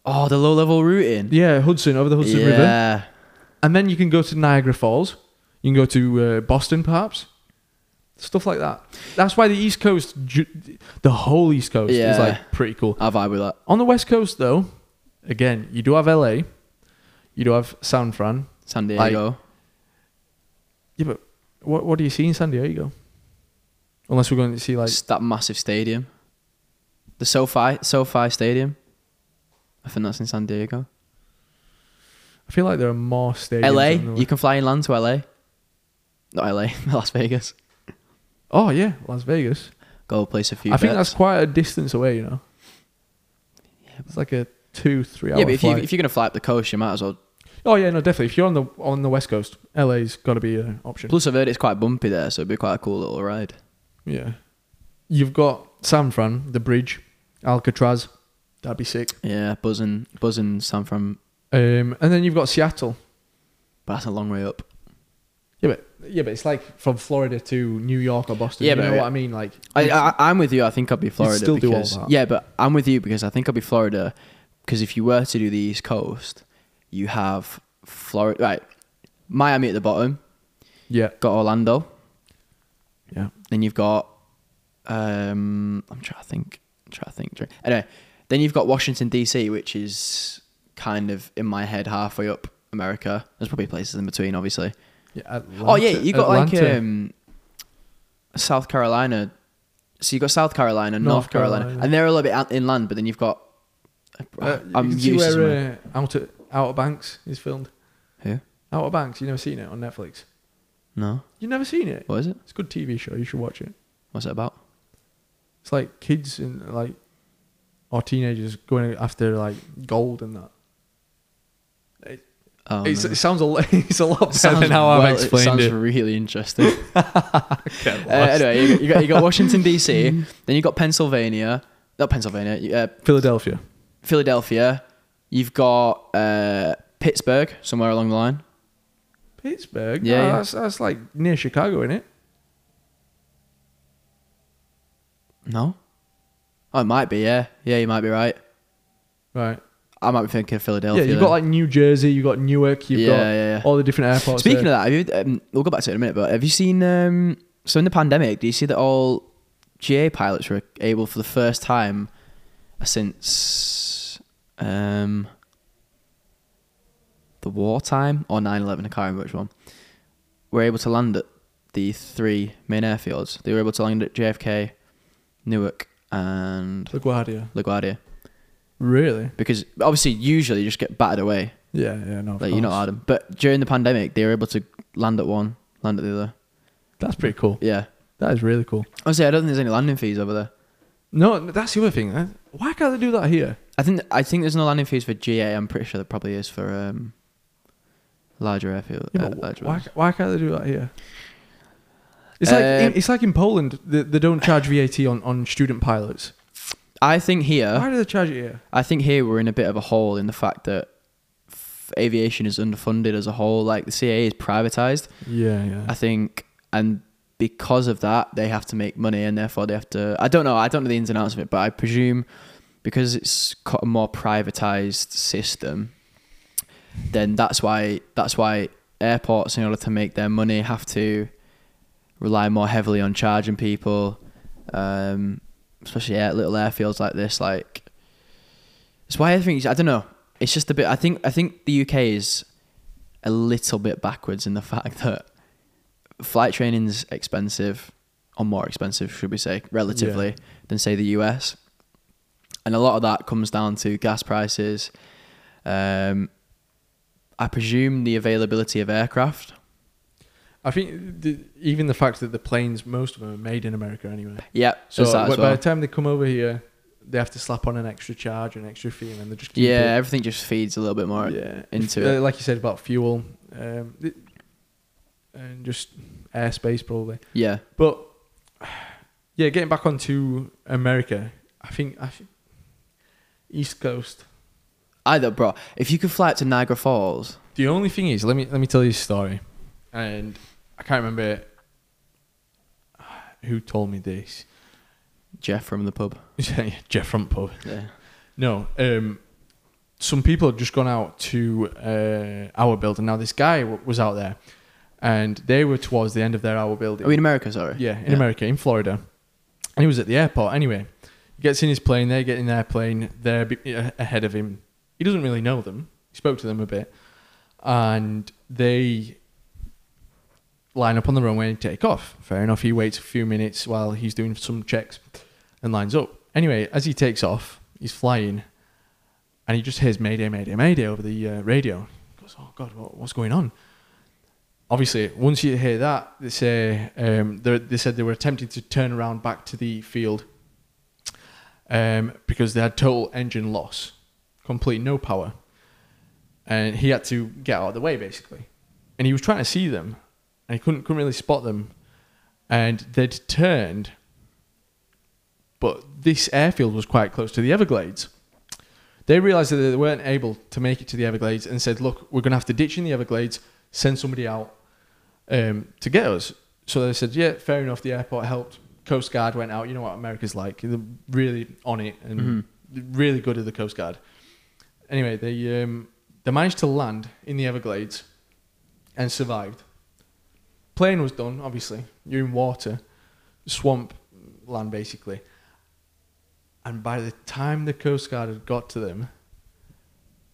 S1: Oh, the low level routing.
S2: yeah Hudson over the Hudson River,
S1: yeah.
S2: and then you can go to Niagara Falls. You can go to uh, Boston, perhaps. Stuff like that. That's why the East Coast, ju- the whole East Coast,
S1: Yeah.
S2: is like pretty cool.
S1: I vibe with that.
S2: On the West Coast, though, again, you do have LA, you do have San Fran,
S1: San Diego.
S2: Yeah, but what what do you see in San Diego? Unless we're going to see like
S1: It's that massive stadium, the SoFi SoFi Stadium. I think that's in San Diego,
S2: I feel like there are more stadiums.
S1: LA.
S2: than there were-
S1: You can fly inland to LA, not LA, <laughs> Las Vegas.
S2: oh yeah, Las Vegas.
S1: Go place a few.
S2: I think
S1: bets.
S2: that's quite a distance away. You know,
S1: Yeah,
S2: it's like a two three hour.
S1: yeah, but if you
S2: flight.
S1: if you're gonna fly up the coast, you might as well.
S2: oh yeah, no, definitely. If you're on the on the west coast, LA's got to be an option.
S1: Plus, I've heard it's quite bumpy there, so it'd be quite a cool little ride.
S2: yeah, you've got San Fran, the bridge, Alcatraz. That'd be sick.
S1: Yeah, buzzing, buzzing San Fran,
S2: Um, and then you've got Seattle.
S1: but that's a long way up.
S2: Yeah, but yeah, but it's like from Florida to New York or Boston.
S1: Yeah,
S2: you
S1: but-
S2: know what I mean. Like,
S1: I, I I'm with you. I think I'd be Florida.
S2: still do all
S1: because,
S2: that.
S1: Yeah, but I'm with you because I think I'd be Florida because if you were to do the East Coast, you have Florida right, Miami at the bottom.
S2: yeah,
S1: got Orlando.
S2: yeah.
S1: Then you've got um I'm trying to think. I'm trying to think. trying- Anyway, then you've got Washington DC, which is kind of in my head halfway up America. There's probably places in between, obviously.
S2: Yeah, Atlanta,
S1: oh yeah, you got like
S2: Atlanta.
S1: um South Carolina. So you got South Carolina, North,
S2: North
S1: Carolina,
S2: Carolina.
S1: and they're a little bit out- inland, but then you've got
S2: Uh,
S1: I'm
S2: you see
S1: used to
S2: where uh, Outer Outer Banks is filmed.
S1: Yeah.
S2: Outer Banks, you never seen it on Netflix?
S1: No.
S2: You've never seen it?
S1: What is it?
S2: It's a good TV show. You should watch it.
S1: What's it about?
S2: It's like kids and like or teenagers going after like gold and that.
S1: Oh,
S2: It's,
S1: no.
S2: it sounds a lo- it's a lot better
S1: Sounds
S2: than how
S1: well-
S2: I've explained
S1: sounds
S2: it.
S1: really
S2: <laughs>
S1: interesting.
S2: Get
S1: Uh,
S2: lost.
S1: anyway, you got, you got, you got Washington
S2: <laughs>
S1: D.C., then you got Pennsylvania, not Pennsylvania, you- uh,
S2: Philadelphia.
S1: Philadelphia. You've got uh, Pittsburgh somewhere along the line.
S2: Pittsburgh.
S1: Yeah,
S2: Yeah,
S1: yeah.
S2: That's, that's like near Chicago, isn't it?
S1: No. Oh, it might be. Yeah, yeah, you might be right.
S2: Right.
S1: I might be thinking of Philadelphia.
S2: yeah, you've
S1: then.
S2: got like New Jersey, you've got Newark, you've
S1: Yeah,
S2: got
S1: yeah, yeah.
S2: all the different airports.
S1: Speaking
S2: there.
S1: of that, have you, um, we'll go back to it in a minute. But have you seen? Um, so in the pandemic, do you see that all GA pilots were able for the first time since um, the wartime or 9-11, I can't remember which one, were able to land at the three main airfields. They were able to land at JFK, Newark, and
S2: LaGuardia.
S1: LaGuardia
S2: Really?
S1: because obviously usually you just get battered away,
S2: Yeah, yeah, no. of
S1: like you're not
S2: course.
S1: allowed 'em. But during the pandemic, they were able to land at one, land at the other.
S2: That's pretty cool.
S1: Yeah.
S2: That is really cool.
S1: Honestly, I don't think there's any landing fees over there.
S2: No, that's the other thing. eh? Why can't they do that here?
S1: I think I think there's no landing fees for GA. I'm pretty sure there probably is for um, larger airfield.
S2: Yeah,
S1: uh,
S2: but wh-
S1: larger
S2: why,
S1: ones.
S2: why can't they do that here? It's like in,
S1: Um,
S2: it's like in Poland they, they don't charge VAT on, on student pilots.
S1: I think here,
S2: Why do they charge it here?
S1: I think here we're in a bit of a hole in the fact that f- aviation is underfunded as a whole. Like the CAA is privatized.
S2: Yeah, yeah.
S1: I think, and because of that, they have to make money, and therefore they have to. I don't know. I don't know the ins and outs of it, but I presume because it's got a more privatized system, then that's why that's why airports, in order to make their money, have to rely more heavily on charging people, um, especially at little airfields like this. Like, it's why I think I don't know. It's just a bit. I think I think the UK is a little bit backwards in the <laughs> fact that flight training's expensive, or more expensive, should we say, relatively than say the US, and a lot of that comes down to gas prices. Um, I presume the availability of aircraft.
S2: I think the, even the fact that the planes, most of them are made in America anyway.
S1: Yep.
S2: So
S1: there's that as
S2: by
S1: well.
S2: the time they come over here, they have to slap on an extra charge, an extra fee, and then they just keep
S1: Yeah,
S2: it.
S1: everything just feeds a little bit more
S2: yeah.
S1: into
S2: Uh,
S1: it.
S2: Like you said about fuel, um, it- and just airspace probably.
S1: Yeah.
S2: But <sighs> yeah, getting back onto America, I think I think East Coast.
S1: Either, bro, if you could fly up to Niagara Falls,
S2: The only thing is, let me let me tell you a story, and I can't remember <sighs> who told me this. <laughs>
S1: Jeff from the pub.
S2: Jeff from pub.
S1: Yeah.
S2: No, um, some people had just gone out to uh, our building. Now this guy w- was out there, and they were towards the end of their hour building.
S1: Are we in America? Sorry.
S2: Yeah, in America, in Florida. And he was at the airport anyway. He gets in his plane, they get in their plane, they're be- a- uh, ahead of him. He doesn't really know them. He spoke to them a bit. And they line up on the runway and take off. Fair enough. He waits a few minutes while he's doing some checks and lines up. Anyway, as he takes off, he's flying and he just hears Mayday, Mayday, Mayday over the uh, radio. He goes, Oh God, what, what's going on? obviously, once you hear that, they say um, they they said they were attempting to turn around back to the field um, because they had total engine loss, complete no power, and he had to get out of the way basically. And he was trying to see them, and he couldn't couldn't really spot them, and they'd turned. But this airfield was quite close to the Everglades. They realised that they weren't able to make it to the Everglades and said, "Look, we're going to have to ditch in the Everglades, send somebody out um, to get us." So they said, "Yeah, fair enough." The airport helped. Coast Guard went out. You know what America's like; they're really on it and really good at the Coast Guard. Anyway, they um, they managed to land in the Everglades and survived. Plane was done. Obviously, you're in water, swamp land basically. And by the time the Coast Guard had got to them,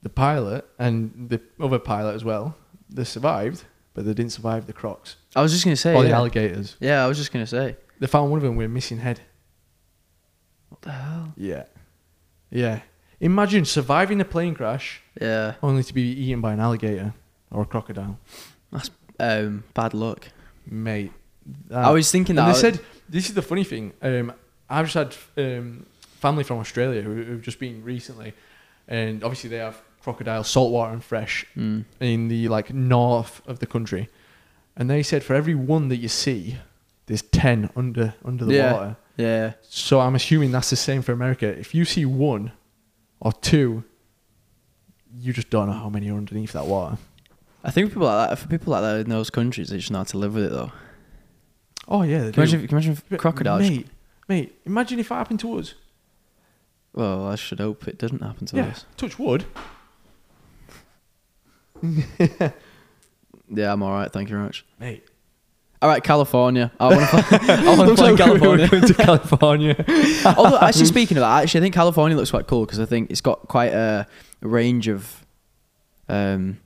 S2: the pilot and the other pilot as well, they survived, but they didn't survive the crocs
S1: I was just going to say.
S2: or the
S1: yeah.
S2: alligators.
S1: Yeah, I was just going to say.
S2: They found one of them with a missing head.
S1: What the hell?
S2: Yeah. Yeah. Imagine surviving a plane crash
S1: Yeah.
S2: only to be eaten by an alligator or a crocodile.
S1: Um, bad luck.
S2: mate.
S1: I was thinking
S2: And
S1: that.
S2: they
S1: I-
S2: said this is the funny thing. Um, I've just had um, family from Australia who, who've just been recently, and obviously they have crocodile, saltwater, and fresh
S1: Mm.
S2: in the like north of the country, and they said for every one that you see, there's ten under under the
S1: Yeah.
S2: water.
S1: yeah,
S2: So I'm assuming that's the same for America. If you see one or two, you just don't know how many are underneath that water.
S1: I think people like that. For people like that in those countries, they just know how to live with it though.
S2: Oh yeah, they
S1: Can you
S2: do.
S1: imagine, if, can you imagine if
S2: But
S1: crocodiles.
S2: Mate, mate, imagine if that happened to us.
S1: Well, I should hope it doesn't happen to us.
S2: touch wood.
S1: Yeah, I'm all right. Thank you very much.
S2: <laughs> Mate,
S1: All right, California. I
S2: <laughs>
S1: want to. <laughs> I want to play California.
S2: going to <laughs> California.
S1: <laughs> Although, actually, speaking of that, actually, I think California looks quite cool because I think it's got quite a range of um,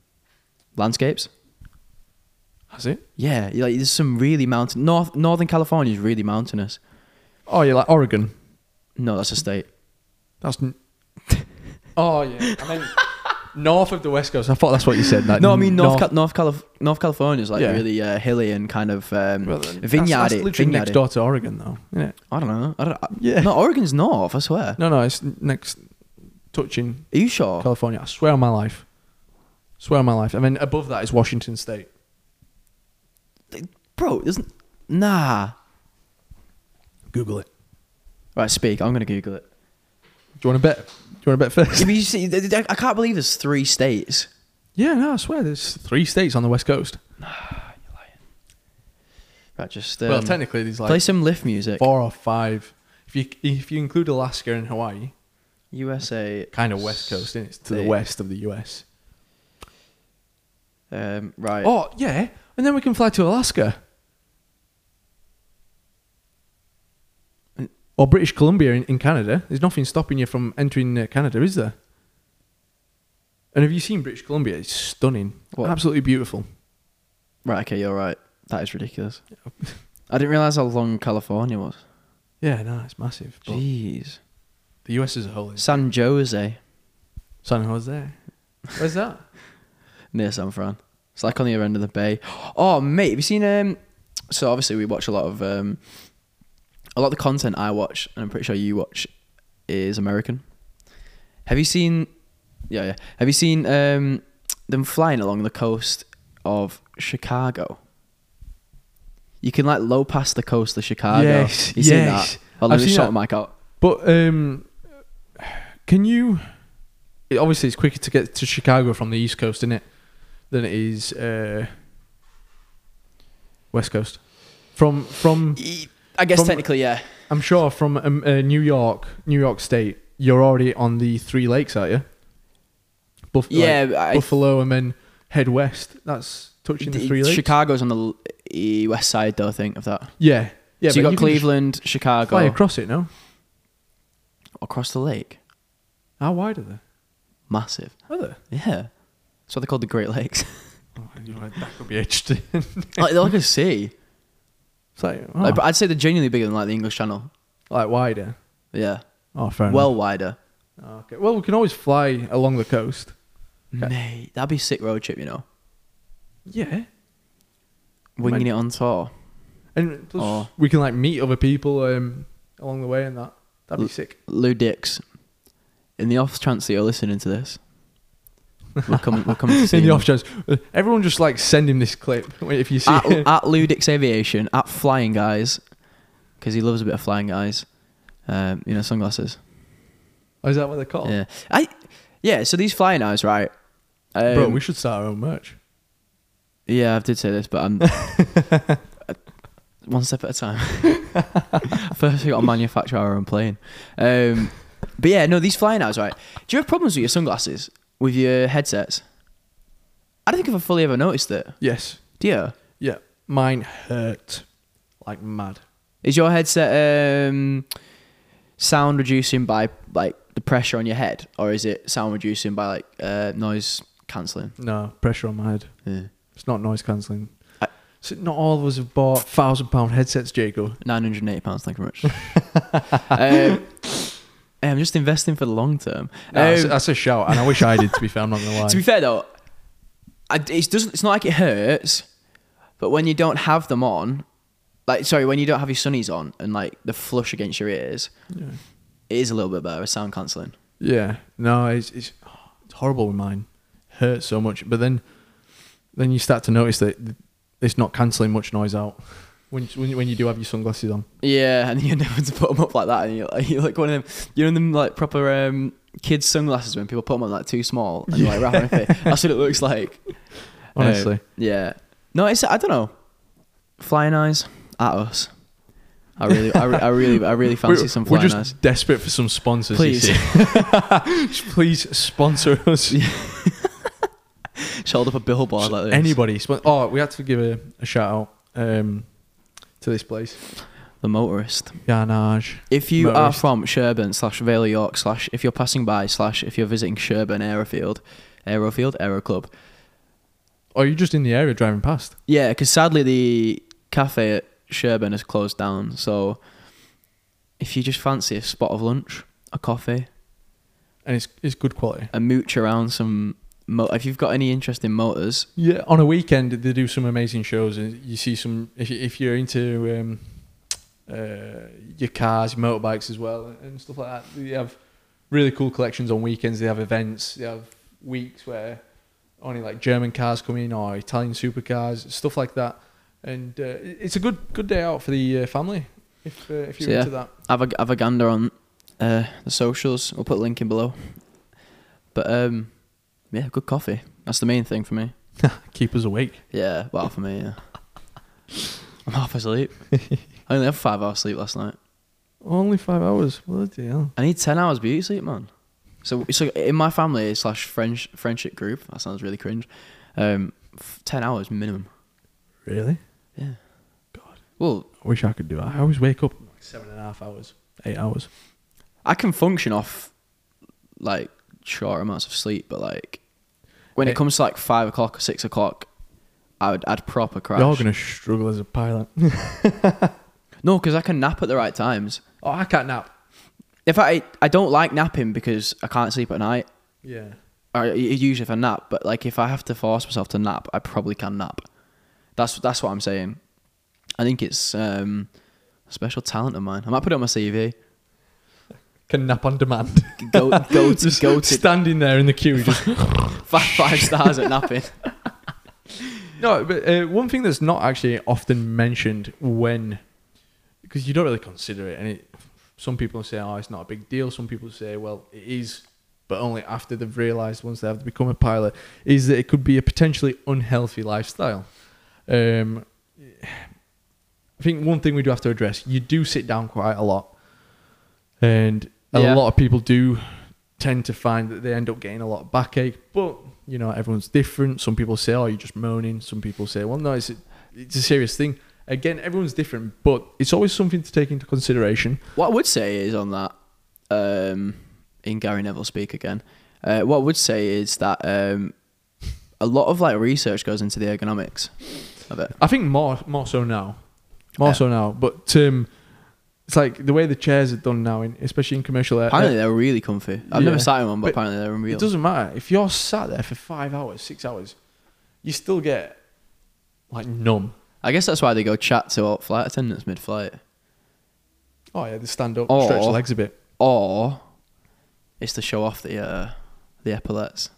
S1: landscapes.
S2: Has it?
S1: Yeah, you- like there's some really mountain. North Northern California is really mountainous.
S2: Oh, yeah, like Oregon.
S1: No, that's a state.
S2: That's. N- <laughs> oh yeah, I mean north of the west coast. I thought that's what you said. Like,
S1: No, I mean North
S2: north-
S1: North, North, Calif- North California is like
S2: Yeah.
S1: really uh, hilly and kind of um,
S2: Well,
S1: vineyardy.
S2: then, that's, that's literally
S1: vineyardy.
S2: next door to Oregon, though. isn't it?
S1: I don't know. I don't, I-
S2: Yeah.
S1: No, Oregon's north. I swear.
S2: No, no, it's next touching
S1: Are you sure?
S2: California. I swear on my life. Swear on my life. I mean, above that is Washington State.
S1: Bro, doesn't nah.
S2: Google it.
S1: Right, speak. I'm gonna Google
S2: <laughs>
S1: it.
S2: Do you want to bet? Do you want to bet first?
S1: I, mean, you see, I I can't believe there's three states.
S2: <laughs> Yeah, no, I swear there's three states on the west coast.
S1: Right, just um,
S2: well, technically there's like
S1: play some lift music.
S2: four or five. If you if you include Alaska and Hawaii,
S1: USA.
S2: kind of west coast, is It's to the
S1: State.
S2: west of the US.
S1: Um, right.
S2: Oh yeah, and then we can fly to Alaska or British Columbia in, in Canada. There's nothing stopping you from entering uh, Canada, is there? And have you seen British Columbia? It's stunning,
S1: What?
S2: absolutely beautiful.
S1: Right. Okay, you're right. That is ridiculous. <laughs> I didn't realize how long California was.
S2: Yeah, no, it's massive. But
S1: Jeez.
S2: the US as a whole is
S1: San Jose
S2: San Jose. Where's that?
S1: near San Fran. It's like on the other end of the bay. <gasps> Oh, mate, have you seen? Um, so obviously we watch a lot of um, a lot of the content I watch, and I'm pretty sure you watch, is American. Have you seen? Yeah, yeah. Have you seen um, them flying along the coast of Chicago? You can like low past the coast of Chicago.
S2: Yes,
S1: you seen
S2: yes.
S1: that? I'll
S2: I've
S1: literally
S2: seen
S1: shut
S2: that.
S1: my mic out.
S2: But um, can you? It, obviously, it's quicker to get to Chicago from the East Coast, isn't it, than it is uh, West Coast. From from,
S1: I guess
S2: From-
S1: technically, yeah.
S2: I'm sure from um, uh, New York, New York State. You're already on the three lakes, are you? Buff-
S1: Yeah,
S2: like
S1: I-
S2: Buffalo, and then head west. That's touching the,
S1: D-
S2: three lakes.
S1: Chicago's on the l- e- west side, though. I think of that.
S2: Yeah, yeah.
S1: so you got
S2: but can just
S1: Cleveland, Chicago,
S2: Fly across it, no?
S1: across the lake.
S2: How wide are they?
S1: Massive.
S2: Are they?
S1: Yeah. That's what they call the Great
S2: <laughs>
S1: Lakes.
S2: Oh, you know, that could be interesting. <laughs> it's
S1: like, they're like a sea.
S2: like, oh,
S1: Like, but I'd say they're genuinely bigger than like the English Channel.
S2: like wider.
S1: Yeah.
S2: Oh, fair
S1: Well wider.
S2: enough. Okay. Well, we can always fly along the coast. Okay.
S1: Mate, that'd be a sick road trip, you know.
S2: Yeah.
S1: Winging
S2: Mate.
S1: it on tour.
S2: And plus,
S1: Oh.
S2: we can like meet other people um, along the way and that. That'd
S1: L-
S2: be sick.
S1: Lou Dix, in the off chance that you're listening to this, we're coming, we're
S2: <laughs>
S1: coming to see
S2: In the
S1: you.
S2: off chance, uh, everyone just like send him this clip <laughs> Wait, if you see.
S1: at,
S2: it.
S1: at Lou Dix Aviation, at Flying Guys, because he loves a bit of Flying Guys. Um, you know, sunglasses.
S2: oh, is that what they're called?
S1: Yeah, I. Yeah, so these flying eyes, right? Um,
S2: Bro, we should start our own merch.
S1: yeah, I did say this, but
S2: <laughs>
S1: I'm <laughs> one step at a time. <laughs> First, we got to manufacture our own plane. Um, but yeah, no, these flying eyes, right? Do you have problems with your sunglasses, with your headsets? I don't think I've fully ever noticed it.
S2: Yes.
S1: Do you?
S2: Yeah. Mine hurt like mad.
S1: Is your headset um, sound reducing by like the pressure on your head, or is it sound reducing by like uh, noise cancelling?
S2: No, pressure on my head.
S1: Yeah.
S2: It's not noise cancelling.
S1: I-
S2: So not all of us have bought thousand pound headsets, Jacob.
S1: Nine hundred and eighty pounds. Thank you very much. um, I'm just investing for the long term.
S2: No, that's,
S1: Um,
S2: that's a shout, and
S1: <laughs>
S2: I wish I did. To be fair, I'm not gonna lie.
S1: to be fair though, I, it doesn't. It's not like it hurts, But when you don't have them on, like sorry, when you don't have your sunnies on and like the flush against your ears,
S2: Yeah.
S1: it is a little bit better with sound cancelling.
S2: Yeah. No, it's it's, it's horrible with mine. Hurts so much, but then then you start to notice that it's not cancelling much noise out when when, when you do have your sunglasses on.
S1: Yeah, and you <laughs> never to put them up like that, and you're like, you're like one of them, you know them like proper um, kids sunglasses when people put them on like too small and like wrap around your face. That's what it looks like.
S2: Honestly,
S1: Um, yeah. No, it's I don't know. Flying eyes at us. I really, I, re- I really, I
S2: <laughs>
S1: really fancy
S2: we're,
S1: some
S2: we're
S1: flying
S2: just
S1: eyes.
S2: desperate for some sponsors.
S1: Please.
S2: Please, <laughs> please sponsor us.
S1: Shoulder up a billboard like this.
S2: Anybody? Spon- oh, we had to give a, a shout out um, to this place,
S1: the motorist.
S2: Garnage.
S1: If you are
S2: Motorist.
S1: from Sherburn slash Vale of York slash if you're passing by slash if you're visiting Sherburn Aerofield, Aerofield Aero Club.
S2: Or Oh, you're just in the area driving past.
S1: Yeah, because sadly the cafe at Sherburn has closed down. So if you just fancy a spot of lunch, a coffee,
S2: and it's it's good quality.
S1: a mooch around some, mo- if you've got any interest in motors,
S2: Yeah, on a weekend they do some amazing shows, and you see some if you, if you're into um, uh, your cars, your motorbikes as well, and stuff like that. They have really cool collections on weekends. They have events. They have weeks where only like German cars come in or Italian supercars, stuff like that. And uh, it- it's a good good day out for the uh, family if uh, if you're
S1: So, yeah.
S2: into that.
S1: have a have a gander on uh, the socials. We'll put a link in below. But um, yeah, good coffee. That's the main thing for me.
S2: Keep us awake.
S1: Yeah, well for me, yeah. <laughs> I'm half asleep. I only had five hours sleep last night.
S2: Only five hours. Bloody hell.
S1: I need ten hours beauty sleep, man. So so in my family slash French friendship group, that sounds really cringe. Um, f- ten hours minimum.
S2: Really?
S1: Yeah.
S2: God.
S1: Well,
S2: I wish I could do that. I always wake up like seven and a half hours, eight hours.
S1: I can function off like short amounts of sleep, but like when it,
S2: It-
S1: comes to like five o'clock or six o'clock, I would I'd proper crash.
S2: You're gonna struggle as a pilot. <laughs>
S1: No, because I can nap at the right times.
S2: oh, I can't nap.
S1: In fact, I, I don't like napping because I can't sleep at night.
S2: Yeah.
S1: Or u- usually if I nap, but like if I have to force myself to nap, I probably can nap. That's that's what I'm saying. I think it's um, a special talent of mine. I might put it on my CV.
S2: Can nap on <laughs> demand.
S1: Go go to
S2: <laughs>
S1: go to
S2: standing there in the <laughs> queue. Just
S1: five, five stars at napping.
S2: no, but uh, one thing that's not actually often mentioned when, because you don't really consider it, and it, some people say, "Oh, it's not a big deal." Some people say, "Well, it is," but only after they've realised once they have become a pilot, is that it could be a potentially unhealthy lifestyle. Um, I think one thing we do have to address: you do sit down quite a lot, and a
S1: Yeah.
S2: lot of people do tend to find that they end up getting a lot of backache. But you know, everyone's different. Some people say, "Oh, you're just moaning." Some people say, "Well, no, it's a, it's a serious thing." Again, everyone's different, but it's always something to take into consideration.
S1: What I would say is on that, um, in Gary Neville speak again. Uh, what I would say is that um, a lot of like research goes into the ergonomics of it.
S2: I think more more so now, more
S1: Yeah.
S2: so now. But um, it's like the way the chairs are done now, in, especially in commercial air.
S1: Apparently they're really comfy. I've never
S2: Yeah.
S1: sat in one, but,
S2: But
S1: apparently they're
S2: It
S1: unreal.
S2: doesn't matter if you're sat there for five hours, six hours, you still get like numb.
S1: I guess that's why they go chat to all flight attendants mid-flight,
S2: Oh yeah, they stand up,
S1: Or-
S2: stretch their legs a bit.
S1: or it's to show off the uh, the epaulettes.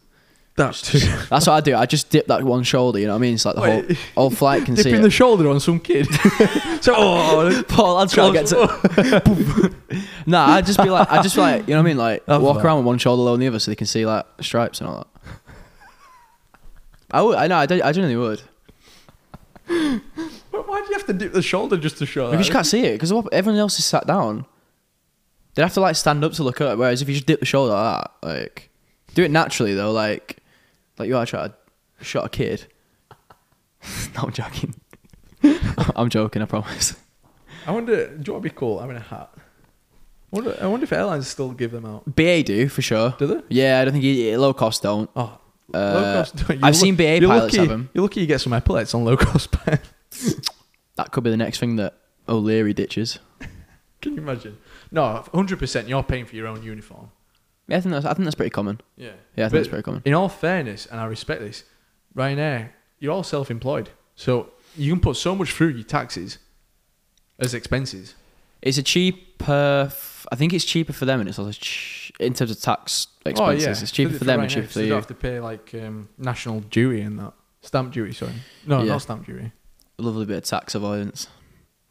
S1: <laughs>
S2: That's too.
S1: That's what I do. I just dip that one shoulder. You know what I mean? It's like the whole
S2: Wait.
S1: whole flight can see
S2: <laughs> Dipping
S1: it.
S2: the shoulder on
S1: <laughs>
S2: some kid. <laughs> so <laughs> oh,
S1: Paul, I'd try to get to. nah, I'd just be like, I'd just be like, you know what I mean? Like,
S2: Love
S1: walk
S2: <laughs> that.
S1: around with one shoulder lower than the other so they can see, like, stripes and all that. I would, I know, I, don't- I genuinely would.
S2: <laughs> But why do you have to dip the shoulder just to show
S1: Because you
S2: that?
S1: can't see it, because everyone else is sat down. They'd have to, like, stand up to look up, whereas if you just dip the shoulder like that, like, do it naturally, though, like, like you are trying to shot a kid. <laughs> no, I'm joking. <laughs> I'm joking, I promise.
S2: I wonder, do you want to be cool? I'm in a hat. I wonder, I wonder if airlines still give them out.
S1: BA do, for sure.
S2: Do they?
S1: Yeah, I don't think he, low cost don't.
S2: Oh,
S1: Uh,
S2: <laughs> You're
S1: I've seen BA
S2: you're
S1: pilots
S2: lucky,
S1: have 'em.
S2: You're lucky you get some epaulets on low cost <laughs> pilots.
S1: That could be the next thing that O'Leary ditches.
S2: Can you imagine? No, 100% you're paying for your own uniform.
S1: Yeah, I think that's I think that's pretty common.
S2: Yeah.
S1: Yeah, I think
S2: But
S1: that's pretty common.
S2: In all fairness, and I respect this, Ryanair, you're all self employed. So you can put so much through your taxes as expenses.
S1: It's a cheaper. F- I think it's cheaper for them, and it's also ch- in terms of tax
S2: Oh,
S1: expenses. Oh, It's cheaper for them and cheaper for
S2: You
S1: you.
S2: don't have to pay like um, national duty and that stamp duty. Sorry, no,
S1: Yeah.
S2: not stamp duty.
S1: Lovely bit of tax <laughs> avoidance.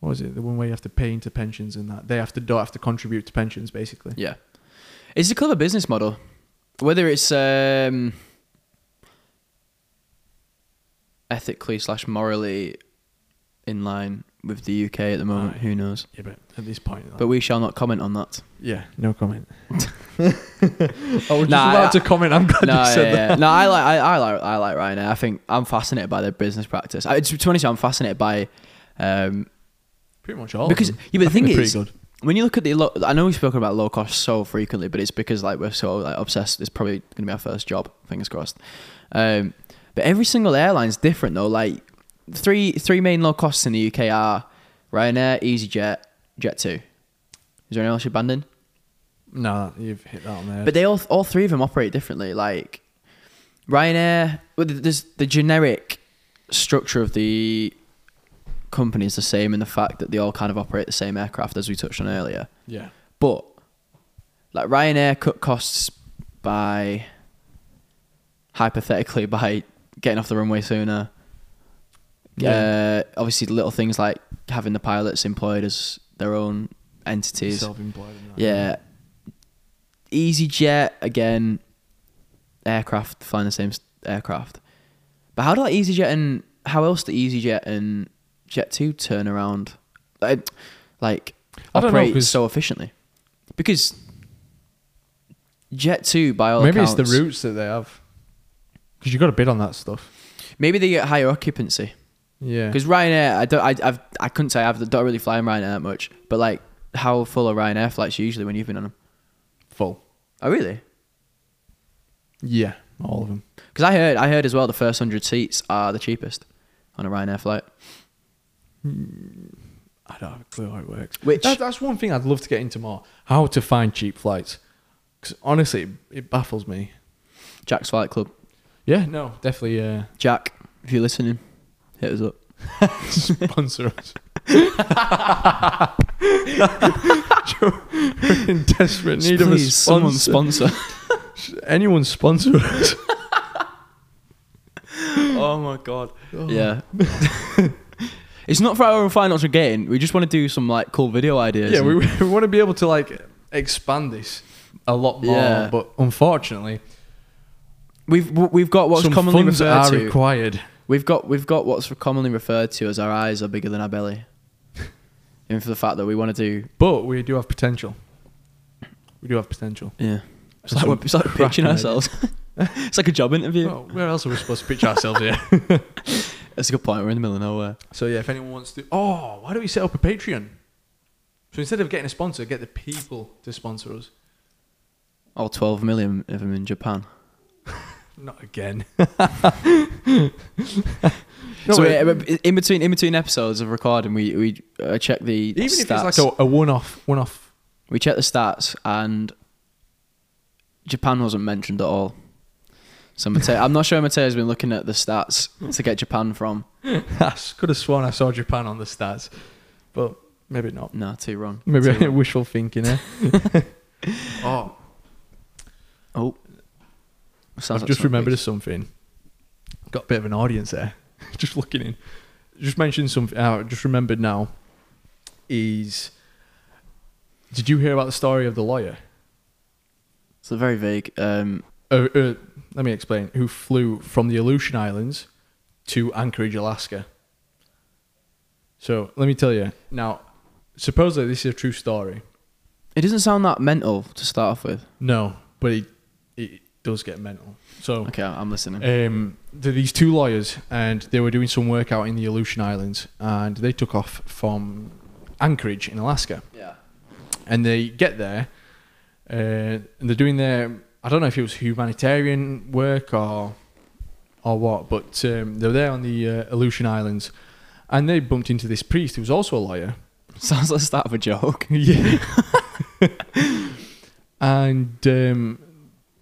S2: What is it? The one where you have to pay into pensions and that they have to don't have to contribute to pensions basically.
S1: Yeah, it's a clever business model. Whether it's um, ethically slash morally in line with the UK at the moment,
S2: Aye.
S1: who knows?
S2: Yeah, but at this point,
S1: But we shall not comment on that.
S2: yeah,
S1: <laughs>
S2: no comment.
S1: Oh,
S2: I was just
S1: Nah,
S2: about
S1: I-
S2: to comment. I'm glad
S1: no,
S2: you said
S1: yeah,
S2: that.
S1: yeah. no, I like, I, I like, I like Ryanair. I think I'm fascinated by their business practice. I, to be honest, I'm fascinated by um,
S2: Pretty much all of
S1: because
S2: them.
S1: yeah, but the
S2: I think
S1: thing
S2: they're
S1: is,
S2: pretty good.
S1: when you look at the, lo- I know we've spoken about low cost so frequently, but it's because like we're so like obsessed. It's probably gonna be our first job. Fingers crossed. Um, but every single airline's different though. Like three, three main low costs in the UK are Ryanair, EasyJet, Jet Two. Is there anyone else you're banding?
S2: no, you've hit that on there.
S1: But they all all three of them operate differently. Like Ryanair, well, th- there's the generic structure of the company is the same in the fact that they all kind of operate the same aircraft as we touched on earlier.
S2: yeah,
S1: But like Ryanair cut costs by hypothetically by getting off the runway sooner. Yeah. Uh, obviously, little things like having the pilots employed as their own entities.
S2: self-employed. And that.
S1: Yeah. EasyJet again, aircraft flying the same s- aircraft. But how do like EasyJet and how else do EasyJet and Jet Two turn around, like, like
S2: I don't know,
S1: operate
S2: 'cause-
S1: so efficiently? Because Jet Two, by all
S2: maybe it's
S1: accounts-
S2: the routes that they have because you got to bid on that stuff.
S1: Maybe they get higher occupancy.
S2: Yeah,
S1: Because Ryanair, I don't, I, I've, I couldn't say I've don't really fly in Ryanair that much. But like, how full are Ryanair flights usually when you've been on them?
S2: full.
S1: Oh, really?
S2: Yeah, all of them.
S1: Because I heard, I heard as well, the first hundred seats are the cheapest on a Ryanair flight.
S2: I don't have a clue how it works.
S1: Which-
S2: that, that's one thing I'd love to get into more. How to find cheap flights? Because honestly, it, it baffles me.
S1: Jack's Flight Club.
S2: Yeah, no, definitely uh,
S1: Jack, if you're listening, hit us up.
S2: sponsor
S1: <laughs>
S2: us. <laughs> We're in desperate need of a
S1: Please, someone
S2: sponsor.
S1: sponsor.
S2: Anyone sponsor us?
S1: <laughs> oh my god. <laughs> Yeah. <laughs> it's not for our own financial gain. We just want to do some like cool video ideas.
S2: Yeah, we,
S1: and-
S2: we want to be able to like expand this a lot more,
S1: Yeah.
S2: but unfortunately,
S1: we've we've got what's
S2: some
S1: commonly
S2: funds
S1: referred
S2: are
S1: to.
S2: required.
S1: we've got we've got what's commonly referred to as our eyes are bigger than our belly. and for the fact that we want to do
S2: But we do have potential. We do have potential.
S1: yeah. It's
S2: For
S1: like,
S2: some Oh.
S1: we're, it's like
S2: cracking
S1: pitching
S2: idea.
S1: ourselves. <laughs> it's like a job interview.
S2: Well, where else are we supposed to pitch ourselves here?
S1: That's a good point. We're in the middle of nowhere.
S2: So yeah, if anyone wants to, oh, why don't we set up a Patreon? So instead of getting a sponsor, get the people to sponsor us.
S1: Oh, 12 million of them in Japan.
S2: Not again. <laughs>
S1: so
S2: but
S1: yeah, but in between in between episodes of recording, we we uh, check the
S2: even
S1: stats.
S2: if it's like a, a one-off, one-off. <laughs>
S1: we check the stats, and Japan wasn't mentioned at all. So Mateo, I'm not sure Mateo's been looking at the stats to get Japan from.
S2: I could have sworn I saw Japan on the stats, but maybe not.
S1: No, too wrong.
S2: <laughs> Maybe
S1: Too wrong.
S2: wishful thinking. Eh? <laughs> oh,
S1: Oh, sounds
S2: I've
S1: like
S2: just
S1: something.
S2: remembered something. Got a bit of an audience there. <laughs> just looking in. Just mentioned something. Uh, just remembered now. Is did you hear about the story of the lawyer?
S1: It's a very vague. Um,
S2: Uh, uh, let me explain. Who flew from the Aleutian Islands to Anchorage, Alaska? So let me tell you now. Supposedly this is a true story.
S1: it doesn't sound that mental to start off with.
S2: No, but it it does get mental. So
S1: Okay, I- I'm listening.
S2: um, th- these two lawyers, and they were doing some work out in the Aleutian Islands, and they took off from Anchorage in Alaska,
S1: yeah. <laughs>
S2: and they get there, uh, and they're doing their I don't know if it was humanitarian work or or what, but um, they were there on the uh, Aleutian Islands, and they bumped into this priest who was also a lawyer,
S1: Sounds like the start of a joke.
S2: <laughs> yeah. and um,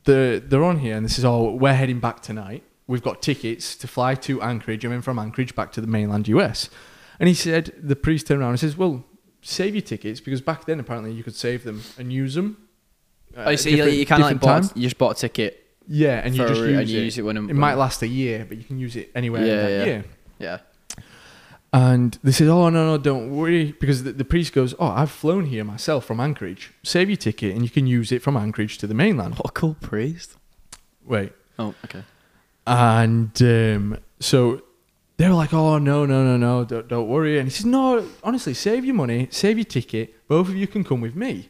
S2: they're, they're on here, and this is all, we're heading back tonight. we've got tickets to fly to Anchorage. I'm in from Anchorage back to the mainland US. And he said, the priest turned around and says, well, save your tickets because back then apparently you could save them and use uh, them.
S1: oh, so you, you kind of like bought, you just bought a ticket
S2: Yeah, and you
S1: for-
S2: just use,
S1: and you
S2: it.
S1: use it when I'm-
S2: it might last a year, but you can use it anywhere in
S1: Yeah,
S2: that
S1: yeah.
S2: year. <laughs>
S1: Yeah.
S2: And they said, "Oh no, no, don't worry," because the, the priest goes, "Oh, I've flown here myself from Anchorage. Save your ticket, and you can use it from Anchorage to the mainland."
S1: What a cool priest.
S2: Wait,
S1: Oh, okay.
S2: and um, so they were like, "Oh no, no, no, no, don't, don't worry." And he says, "No, honestly, save your money, save your ticket. Both of you can come with me."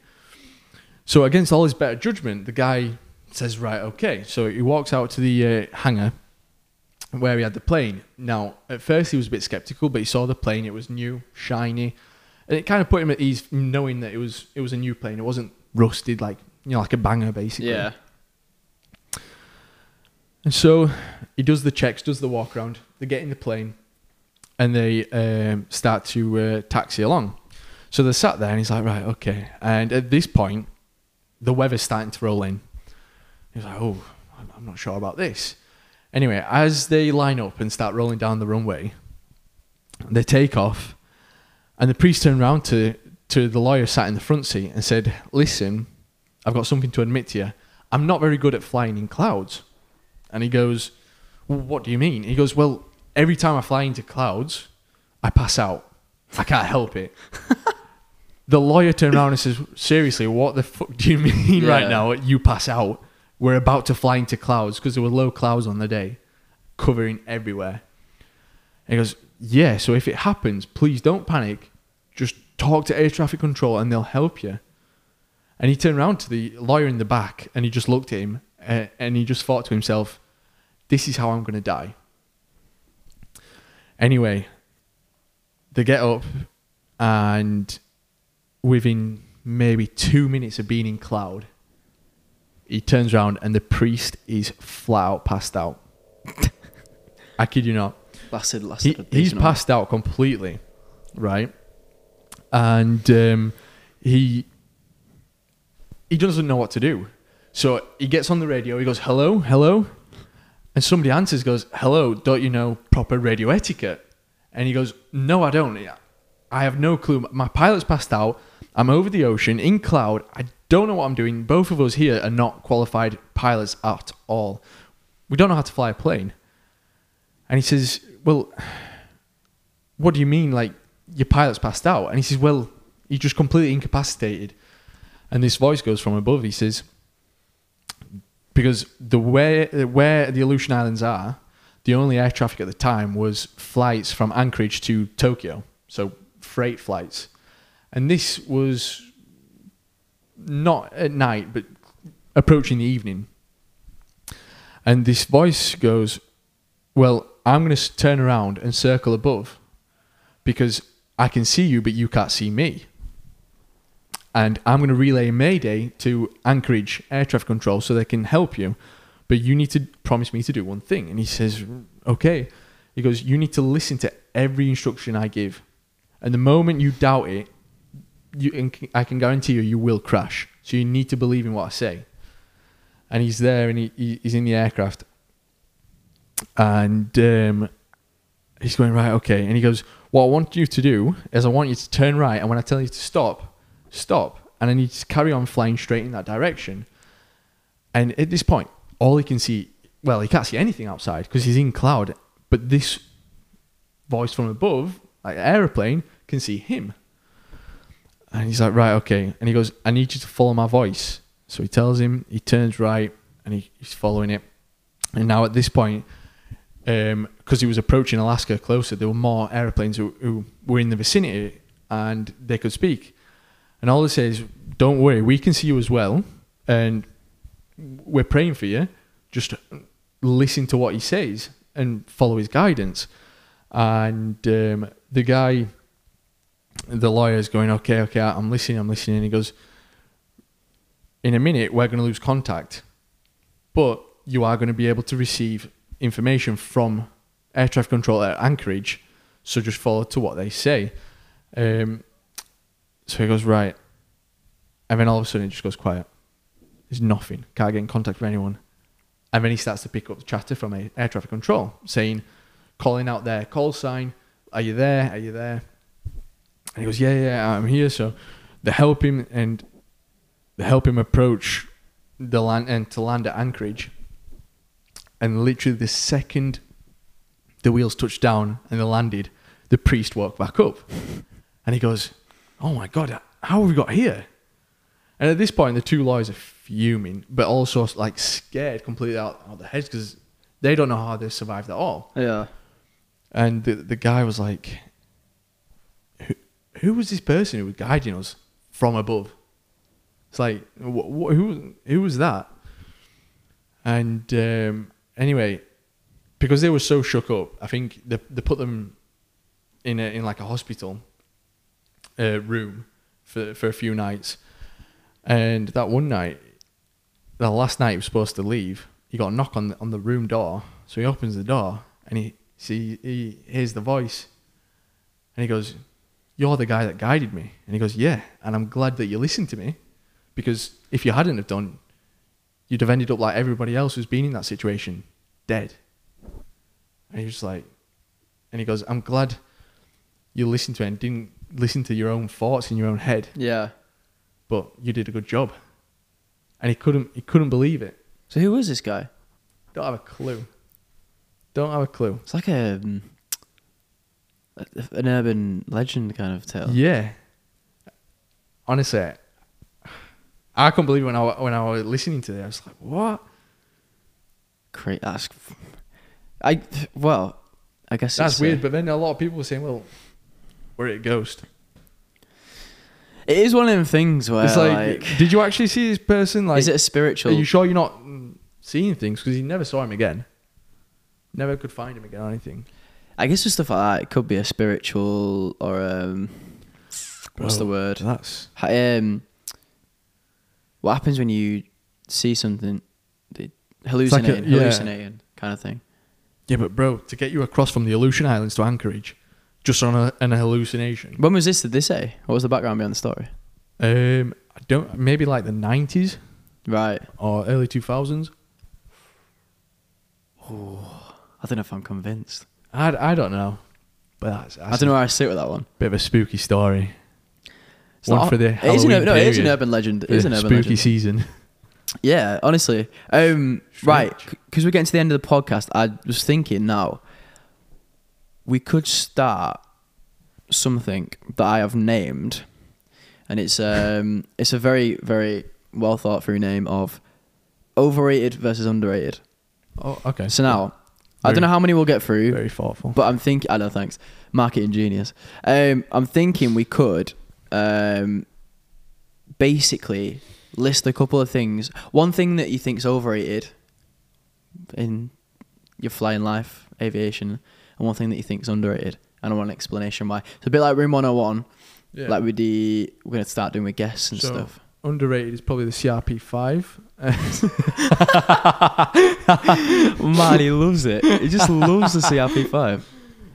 S2: So against all his better judgment, the guy says, "Right, okay." So he walks out to the uh, hangar where he had the plane. Now, at first he was a bit skeptical, but he saw the plane; it was new, shiny, and it kind of put him at ease, knowing that it was it was a new plane. It wasn't rusted like you know, like a banger, basically.
S1: Yeah.
S2: And so he does the checks, does the walk around. They get in the plane and they um, start to uh, taxi along. So they're sat there and he's like, right, okay. And at this point, the weather's starting to roll in. He's like, oh, I'm- I'm not sure about this. Anyway, as they line up and start rolling down the runway, they take off. And the priest turned round to, to the lawyer sat in the front seat and said, listen, I've got something to admit to you. I'm not very good at flying in clouds. And he goes, well, What do you mean? He goes, Well, every time I fly into clouds, I pass out. I can't help it. the lawyer turned around and says, Seriously, what the fuck do you <laughs> mean right
S1: Yeah.
S2: now? You pass out. We're about to fly into clouds because there were low clouds on the day, covering everywhere. And he goes, Yeah, so if it happens, please don't panic. Just talk to air traffic control and they'll help you. And he turned around to the lawyer in the back and he just looked at him uh, and he just thought to himself, this is how I'm going to die. Anyway, they get up and within maybe two minutes of being in cloud, he turns around and the priest is flat out passed out. I kid you not
S1: Lasted, lasted.
S2: he,
S1: a
S2: he's
S1: decent
S2: passed out completely, right? And um, he he doesn't know what to do. So he gets on the radio. He goes, "Hello, hello," and somebody answers. Goes, "Hello, don't you know proper radio etiquette?" And he goes, "No, I don't. I have no clue. My pilot's passed out. I'm over the ocean in cloud. I don't know what I'm doing. Both of us here are not qualified pilots at all. We don't know how to fly a plane." And he says, Well, what do you mean? Like, your pilot's passed out? And he says, Well, he's just completely incapacitated. And this voice goes from above. He says, Because the way, uh, where the Aleutian Islands are, the only air traffic at the time was flights from Anchorage to Tokyo. So, freight flights. And this was not at night, but approaching the evening. And this voice goes, well, I'm going to turn around and circle above because I can see you, but you can't see me. And I'm going to relay Mayday to Anchorage Air Traffic Control so they can help you. But you need to promise me to do one thing. And he says, okay. He goes, you need to listen to every instruction I give. And the moment you doubt it, you, I can guarantee you, you will crash. So you need to believe in what I say. And he's there and he, he, he's in the aircraft and um, he's going right okay and he goes what i want you to do is i want you to turn right and when i tell you to stop stop and i need you to carry on flying straight in that direction and at this point all he can see well he can't see anything outside because he's in cloud but this voice from above like aeroplane can see him and he's like right okay and he goes i need you to follow my voice so he tells him he turns right and he, he's following it and now at this point, because he was approaching Alaska closer, there were more airplanes who, who were in the vicinity and they could speak. And all they say is, don't worry, we can see you as well. And we're praying for you. Just listen to what he says and follow his guidance. And um, the guy, the lawyer's going, okay, okay, I'm listening, I'm listening. And he goes, in a minute, we're going to lose contact but you are going to be able to receive information from air traffic control at Anchorage. So just follow to what they say. Um, so he goes right, and then all of a sudden it just goes quiet. There's nothing. Can't get in contact with anyone. And then he starts to pick up the chatter from a- air traffic control, saying, calling out their call sign, Are you there? Are you there? And he goes, Yeah, yeah, I'm here. So they help him and they help him approach the land and to land at Anchorage. And literally the second the wheels touched down and they landed, the priest walked back up. And he goes, Oh my God, how have we got here? And at this point, the two lawyers are fuming, but also like scared completely out of their heads because they don't know how they survived at all.
S1: Yeah.
S2: And the, the guy was like, who, who was this person who was guiding us from above? It's like, wh- wh- who, who was that? And um, anyway, because they were so shook up, I think they, they put them in, a, in like a hospital uh, room for, for a few nights. And that one night, the last night he was supposed to leave, he got a knock on the, on the room door. So he opens the door and he see he hears the voice, and he goes, "You're the guy that guided me." And he goes, "Yeah, and I'm glad that you listened to me, because if you hadn't have done, you'd have ended up like everybody else who's been in that situation, dead." And he's just like, and he goes, "I'm glad you listened to it and didn't listen to your own thoughts in your own head."
S1: Yeah.
S2: but you did a good job. And he couldn't he couldn't believe it.
S1: So who was this guy?
S2: Don't have a clue. Don't have a clue.
S1: It's like a um, a- an urban legend kind of tale.
S2: Yeah. Honestly, I couldn't believe it when I wa- when I was listening to it. I was like, what?
S1: Great. That's. I well, I guess
S2: That's
S1: it's, uh,
S2: weird. But then a lot of people were saying, well, we're a ghost.
S1: it is one of them things where
S2: it's like, did you actually see this person? Like,
S1: is it a
S2: are
S1: spiritual?
S2: you sure you're not mm, seeing things? Because he never saw him again. Never could find him again or anything.
S1: I guess with stuff like that, it could be a spiritual or um, what's
S2: Well,
S1: the word?
S2: That's
S1: Ha- Um, what happens when you see something, the-
S2: like a-
S1: hallucinating,
S2: yeah.
S1: hallucinating kind of thing?
S2: Yeah, but bro, to get you across from the Aleutian Islands to Anchorage, just on a, an hallucination.
S1: When was this? Did they say? What was the background behind the story?
S2: Um, I don't maybe like the nineties
S1: Right.
S2: or early two thousands.
S1: I don't know if I'm convinced.
S2: I, I don't know, but that's, that's
S1: I don't know where I sit with that one.
S2: a bit of a spooky story.
S1: It's
S2: One
S1: not-
S2: for the
S1: it is an,
S2: Halloween
S1: ur- no, it is an
S2: period.
S1: urban legend. It is
S2: The
S1: an urban
S2: spooky
S1: legend.
S2: season.
S1: Yeah, honestly. Um, right,
S2: Strange.
S1: because we're getting to the end of the podcast, I was thinking now we could start something that I have named, and it's um, it's a very very well thought through name of overrated versus underrated.
S2: Oh, okay.
S1: So now, I
S2: Very-
S1: don't know how many we'll get through.
S2: very thoughtful.
S1: But I'm thinking, I know, thanks. Marketing genius. Um, I'm thinking we could um, basically list a couple of things. One thing that you think's overrated in your flying life, aviation, and one thing that you think's underrated. And I want an explanation why. It's a bit like Room 101,
S2: Yeah.
S1: like with the, we're going to start doing with guests and
S2: So-
S1: <laughs> stuff.
S2: Underrated is probably the CRP five.
S1: Man, he loves it. He just loves the CRP5.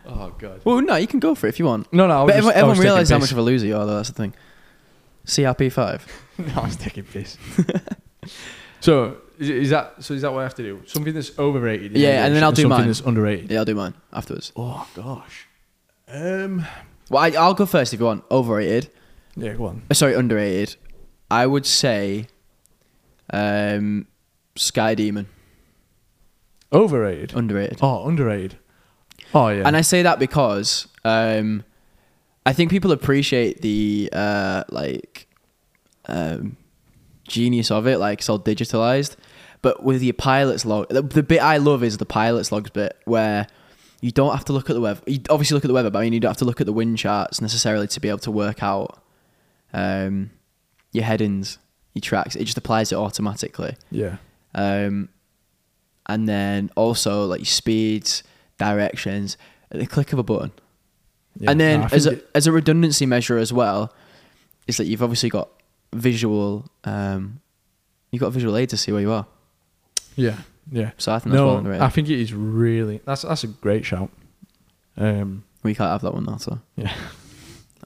S2: Oh god.
S1: Well, no, you can go for it if you want.
S2: No, no. I was
S1: But
S2: just,
S1: everyone,
S2: I was
S1: everyone
S2: taking
S1: realizes how
S2: piss.
S1: much of a loser you are, though. That's the thing. CRP five. <laughs>
S2: no, I was taking piss. <laughs> so is, is that so? Is that what I have to do? Something that's overrated. in
S1: Yeah, and then
S2: aviation
S1: I'll do
S2: something
S1: mine.
S2: that's underrated.
S1: Yeah, I'll do mine afterwards.
S2: Oh gosh. Um.
S1: Well, I, I'll go first if you want. Overrated.
S2: Yeah, go on.
S1: Uh, Sorry, underrated. I would say, um, Sky Demon.
S2: Overrated.
S1: Underrated.
S2: Oh, underrated. Oh yeah.
S1: And I say that because um, I think people appreciate the uh, like um, genius of it. Like it's all digitalized, but with your pilot's log, the, the bit I love is the pilot's logs bit where you don't have to look at the weather. You obviously look at the weather, but I mean you don't have to look at the wind charts necessarily to be able to work out um, your headings, your tracks. It just applies it automatically.
S2: yeah.
S1: Um, and then also like your speeds, directions, at the click of a button.
S2: yeah.
S1: and then
S2: No, I
S1: as a,
S2: think it-
S1: as a redundancy measure as well, is that you've obviously got visual, um, you've got visual aid to see where you are.
S2: yeah, yeah.
S1: So I think that's
S2: No,
S1: one underrated.
S2: I think it is really. That's that's a great shout. Um.
S1: we can't have that one now, so.
S2: Yeah.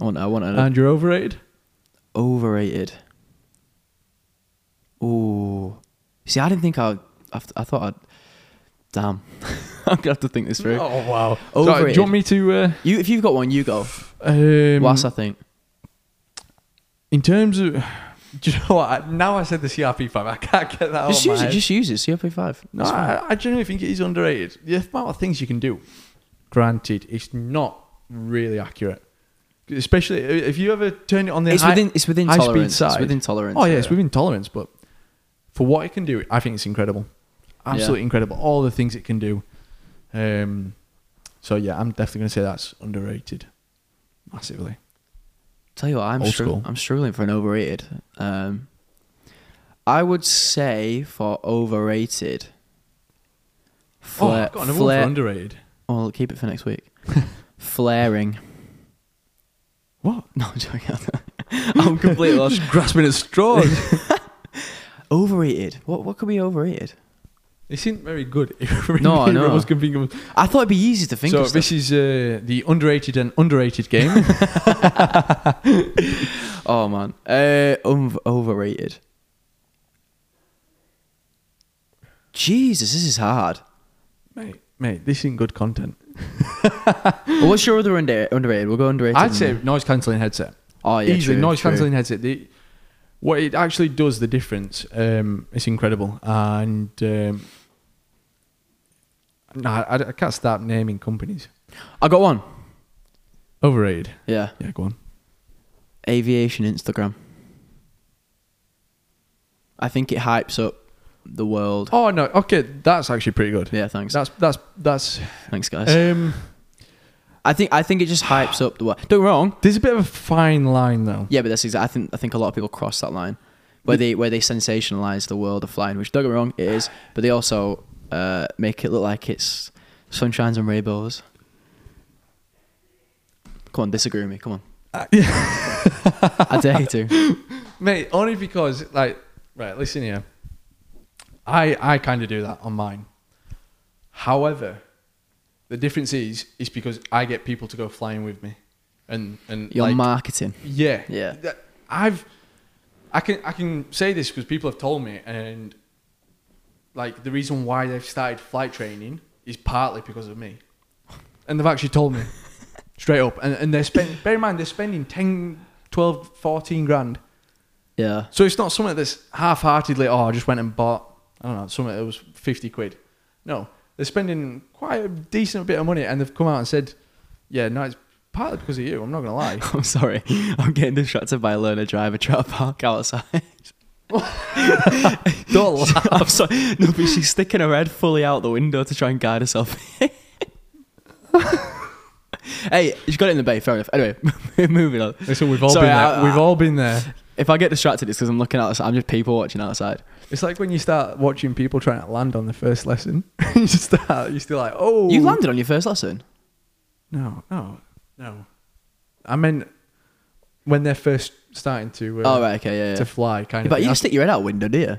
S1: I want, I want an
S2: And you're overrated.
S1: overrated. Ooh. See, I didn't think I I, I thought I'd. Damn. <laughs> I'm going to have to think this through.
S2: Oh wow! do
S1: Overrated.
S2: you want me to? Uh,
S1: You, if you've got one, you go.
S2: um,
S1: Whilst I think.
S2: in terms of, <laughs> do you know what? I- Now I said the CRP five, I can't get that.
S1: Just use
S2: out of my
S1: it.
S2: head.
S1: Just use it. CRP5.
S2: No,
S1: It's fine.
S2: I, I genuinely think it is underrated. The amount of things you can do. Granted, it's not really accurate, especially uh, if you ever turn it on the
S1: It's
S2: high-
S1: within it's within
S2: high speed
S1: tolerance. It's
S2: side.
S1: within tolerance.
S2: Oh yeah, it's within tolerance, but for what it can do, I think it's incredible. Absolutely incredible. All the things it can do. Um, so yeah, I'm definitely gonna say that's underrated, massively.
S1: Tell you what, I'm
S2: Old
S1: stru-
S2: school.
S1: I'm struggling for an overrated. Um, I would say for overrated.
S2: oh,
S1: Flare,
S2: I've got another one
S1: flare,
S2: for underrated.
S1: Oh, I'll keep it for next
S2: <laughs>
S1: week. Flaring.
S2: What?
S1: <laughs> No, I'm joking. I'm completely
S2: <laughs>
S1: lost.
S2: Just grasping at
S1: <laughs>
S2: straws.
S1: Overrated. What what could be overrated?
S2: it seemed very good. <laughs> It really-
S1: No, I know.
S2: I was gonna think of-
S1: I thought it'd be easy to think
S2: So
S1: of. Stuff.
S2: this is uh, the underrated and
S1: <laughs>
S2: underrated game.
S1: Oh man. Uh, um, overrated. Jesus, this is hard.
S2: mate, mate, this isn't good content.
S1: Well, what's your other under- underrated? We'll go underrated.
S2: I'd
S1: and
S2: say
S1: then-
S2: noise cancelling headset.
S1: Oh yeah,
S2: easily
S1: true,
S2: noise
S1: true.
S2: cancelling headset. The, what it actually does, the difference, um, it's incredible. And um, nah, I, I can't start naming companies.
S1: I got one.
S2: Overrated.
S1: Yeah,
S2: Yeah, go on.
S1: aviation Instagram. I think it hypes up the world.
S2: Oh no, okay, that's actually pretty good.
S1: Yeah, thanks,
S2: That's that's that's.
S1: thanks guys.
S2: Um,
S1: I think I think it just hypes up the world. Don't get me wrong.
S2: there's a bit of a fine line though.
S1: Yeah, but that's exactly. I think I think a lot of people cross that line where they where they sensationalize the world of flying. Which don't get me wrong, it is, but they also uh, make it look like it's sunshines and rainbows. Come on, disagree with me. Come on. I dare you to.
S2: Mate, only because like right, listen here. I I kind of do that on mine. However, the difference is is because I get people to go flying with me, and and
S1: Your
S2: like,
S1: marketing.
S2: yeah
S1: Yeah.
S2: That- I've I can I can say this because people have told me and like the reason why they've started flight training is partly because of me, and they've
S1: <laughs>
S2: actually told me straight up and and they're spending bear in mind they're spending 10, 12, 14 grand
S1: Yeah.
S2: so it's not something that's half-heartedly. Oh, I just went and bought. I don't know something that was fifty quid. No, they're spending quite a decent bit of money, and they've come out and said, "Yeah, no, it's partly because of you." I'm not gonna lie.
S1: <laughs> I'm sorry. I'm getting distracted by a learner driver trying to park outside.
S2: <laughs> Don't laugh.
S1: <laughs> I'm sorry. No, but she's sticking her head fully out the window to try and guide herself. <laughs> hey, she got it in the bay. Fair enough. Anyway, <laughs> moving on.
S2: <laughs> Listen, we've all
S1: Sorry,
S2: been there.
S1: I- I-
S2: we've all been there.
S1: If I get distracted, it's because I'm looking outside. I'm just people watching outside.
S2: <laughs> It's like when you start watching people trying to land on the first lesson. <laughs> you start. You're still like, "Oh,
S1: You landed on your first lesson.
S2: No, no, no. I meant when they're first starting to uh,
S1: Oh right, okay, yeah,
S2: to
S1: yeah.
S2: fly, kind
S1: But
S2: of.
S1: you
S2: thing.
S1: just stick your head out window, do you?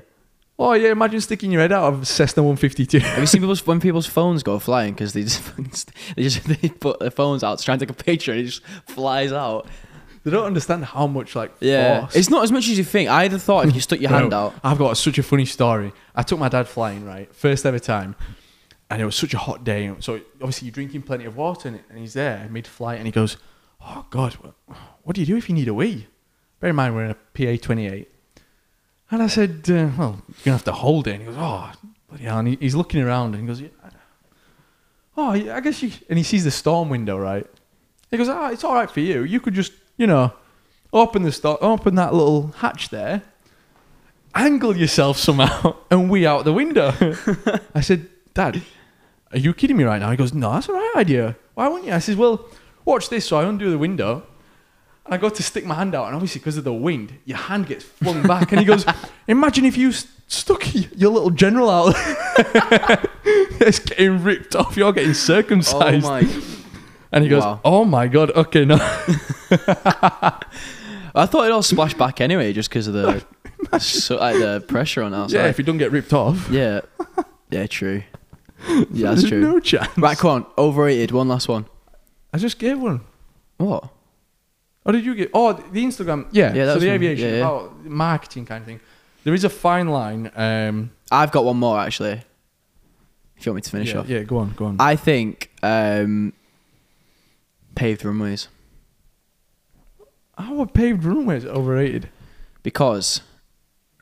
S2: oh yeah, imagine sticking your head out of Cessna 152.
S1: Have you seen people's when people's phones go flying because they just <laughs> fucking st- they just <laughs> they put their phones out to try and take a picture and it just flies out.
S2: They don't understand how much like
S1: Yeah,
S2: force.
S1: it's not as much as you think. I either thought if you
S2: <laughs>
S1: stuck your hand
S2: Bro,
S1: out.
S2: I've got such a funny story. I took my dad flying right first ever time, and it was such a hot day. So obviously you're drinking plenty of water, and, and he's there mid flight, and he goes, "Oh God, wh- what do you do if you need a wee?" Bear in mind we're in a PA twenty eight, and I said, uh, "Well, you're gonna have to hold it." And he goes, "Oh, bloody hell!" And he, he's looking around, and he goes, "Yeah, "Oh, yeah, I guess you." And he sees the storm window, right? He goes, "Ah, it's all right for you. You could just, you know, open the storm, open that little hatch there, angle yourself somehow, <laughs> and we out
S1: <laughs>
S2: the window." I said, "Dad, are you kidding me right now?" He goes, "No, that's all right idea. Why wouldn't you?" I says, "Well, watch this." So I undo the window. And I go to stick my hand out, and obviously because of the wind, your hand gets flung back. And
S1: <laughs>
S2: he goes, "Imagine if you st- stuck y- your little general out. <laughs> it's getting ripped off. You're getting
S1: Oh
S2: circumcised." And he goes,
S1: Wow.
S2: "Oh my god,
S1: <laughs>
S2: okay, no."
S1: I thought it all splashed back anyway, just because of
S2: <laughs>
S1: the so, like, the pressure on
S2: yeah,
S1: outside.
S2: if you don't get ripped off,
S1: Yeah, yeah, true. Yeah, that's
S2: <laughs> there's
S1: true.
S2: no chance.
S1: Right, come on. Overrated. One last one.
S2: I just gave one.
S1: What?
S2: Or did you get? Oh, the Instagram. Yeah,
S1: Yeah, that
S2: so
S1: was
S2: the
S1: one.
S2: aviation,
S1: Yeah, yeah.
S2: Oh, marketing kind of thing. There is a fine line. Um,
S1: I've got one more actually. If you want me to finish
S2: yeah,
S1: off,
S2: yeah, go on, go on.
S1: I think um, paved runways
S2: How are paved runways overrated?
S1: because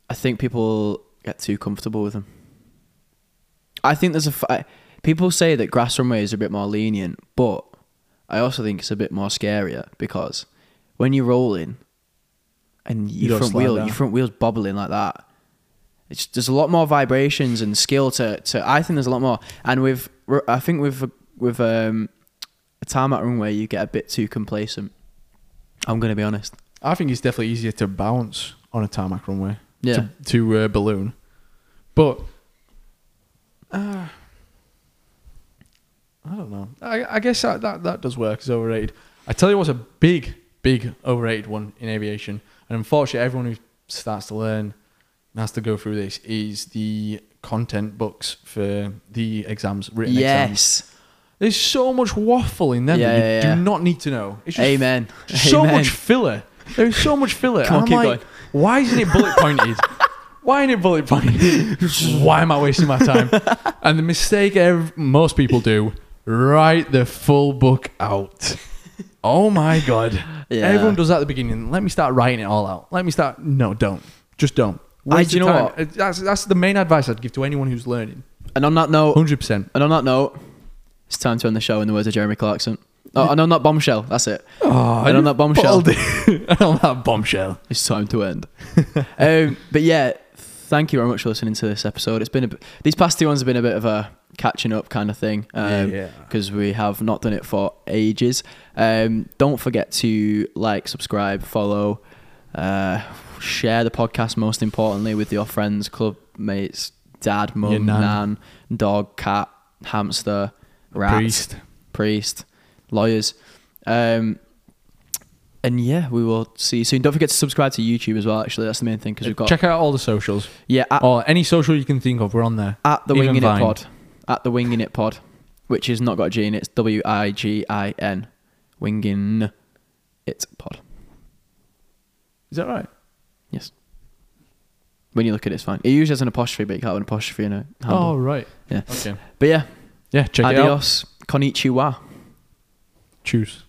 S1: I think people get too comfortable with them. I think there's a fi- people say that grass runways are a bit more lenient, but I also think it's a bit more scarier because when you're rolling and your
S2: You don't
S1: front
S2: slide
S1: wheel
S2: down.
S1: your front wheel's bobbling like that. It's, there's a lot more vibrations and skill to, to I think there's a lot more and with ru- I think with with um, a tarmac runway you get a bit too complacent. I'm gonna be honest.
S2: I think it's definitely easier to bounce on a tarmac runway.
S1: Yeah.
S2: To, to uh, balloon, but uh, I don't know. I, I guess that, that that does work as overrated. I tell you what's a big, big overrated one in aviation, and unfortunately, everyone who starts to learn and has to go through this is the content books for the exams, written exams.
S1: Yes.
S2: There's so much waffle in them that you
S1: Yeah, yeah,
S2: do
S1: yeah.
S2: not need to know. It's just
S1: Amen.
S2: so
S1: Amen.
S2: much filler. There's so much filler.
S1: Come on,
S2: and I'm
S1: keep
S2: like, why isn't it bullet pointed? why isn't it bullet pointed? <laughs> why am I wasting my time? and the mistake ev- most people do: write the full book out. Oh my god!
S1: Yeah.
S2: Everyone does that at the beginning. Let me start writing it all out. Let me start. No, don't. Just don't.
S1: I-
S2: Waste
S1: do you
S2: of
S1: know
S2: time.
S1: what?
S2: Uh, That's that's the main advice I'd give to anyone who's learning.
S1: And on that note,
S2: Hundred percent.
S1: and on that note, it's time to end the show in the words of Jeremy Clarkson. Oh, and on that bombshell, that's it.
S2: Oh,
S1: and on that bombshell,
S2: and <laughs> on that bombshell.
S1: it's time to end. <laughs> um, but yeah, thank you very much for listening to this episode. It's been a bit, these past two ones have been a bit of a catching up kind of thing. Um,
S2: yeah.
S1: because we have not done it for ages. Um, don't forget to like, subscribe, follow, uh, share the podcast. Most importantly, with your friends, club mates, dad,
S2: Your
S1: mum,
S2: nan.
S1: nan, dog, cat, hamster, rat, priest,
S2: Priest.
S1: lawyers. Um, and yeah, we will see you soon. Don't forget to subscribe to YouTube as well. Actually, that's the main thing because we've got
S2: check out all the socials
S1: yeah at,
S2: or Oh, any social you can think of. We're on there.
S1: at the
S2: even
S1: winging it
S2: Vine.
S1: pod at the winging it pod, which is not got a G in it. It's W I G I N, winging it pod.
S2: Is that right?
S1: Yes. When you look at it, it's fine. It usually has an apostrophe, but you can't have an apostrophe in a handle.
S2: Oh right.
S1: Yeah.
S2: Okay.
S1: But yeah,
S2: Yeah. Check it out.
S1: adios, konnichiwa.
S2: Choose.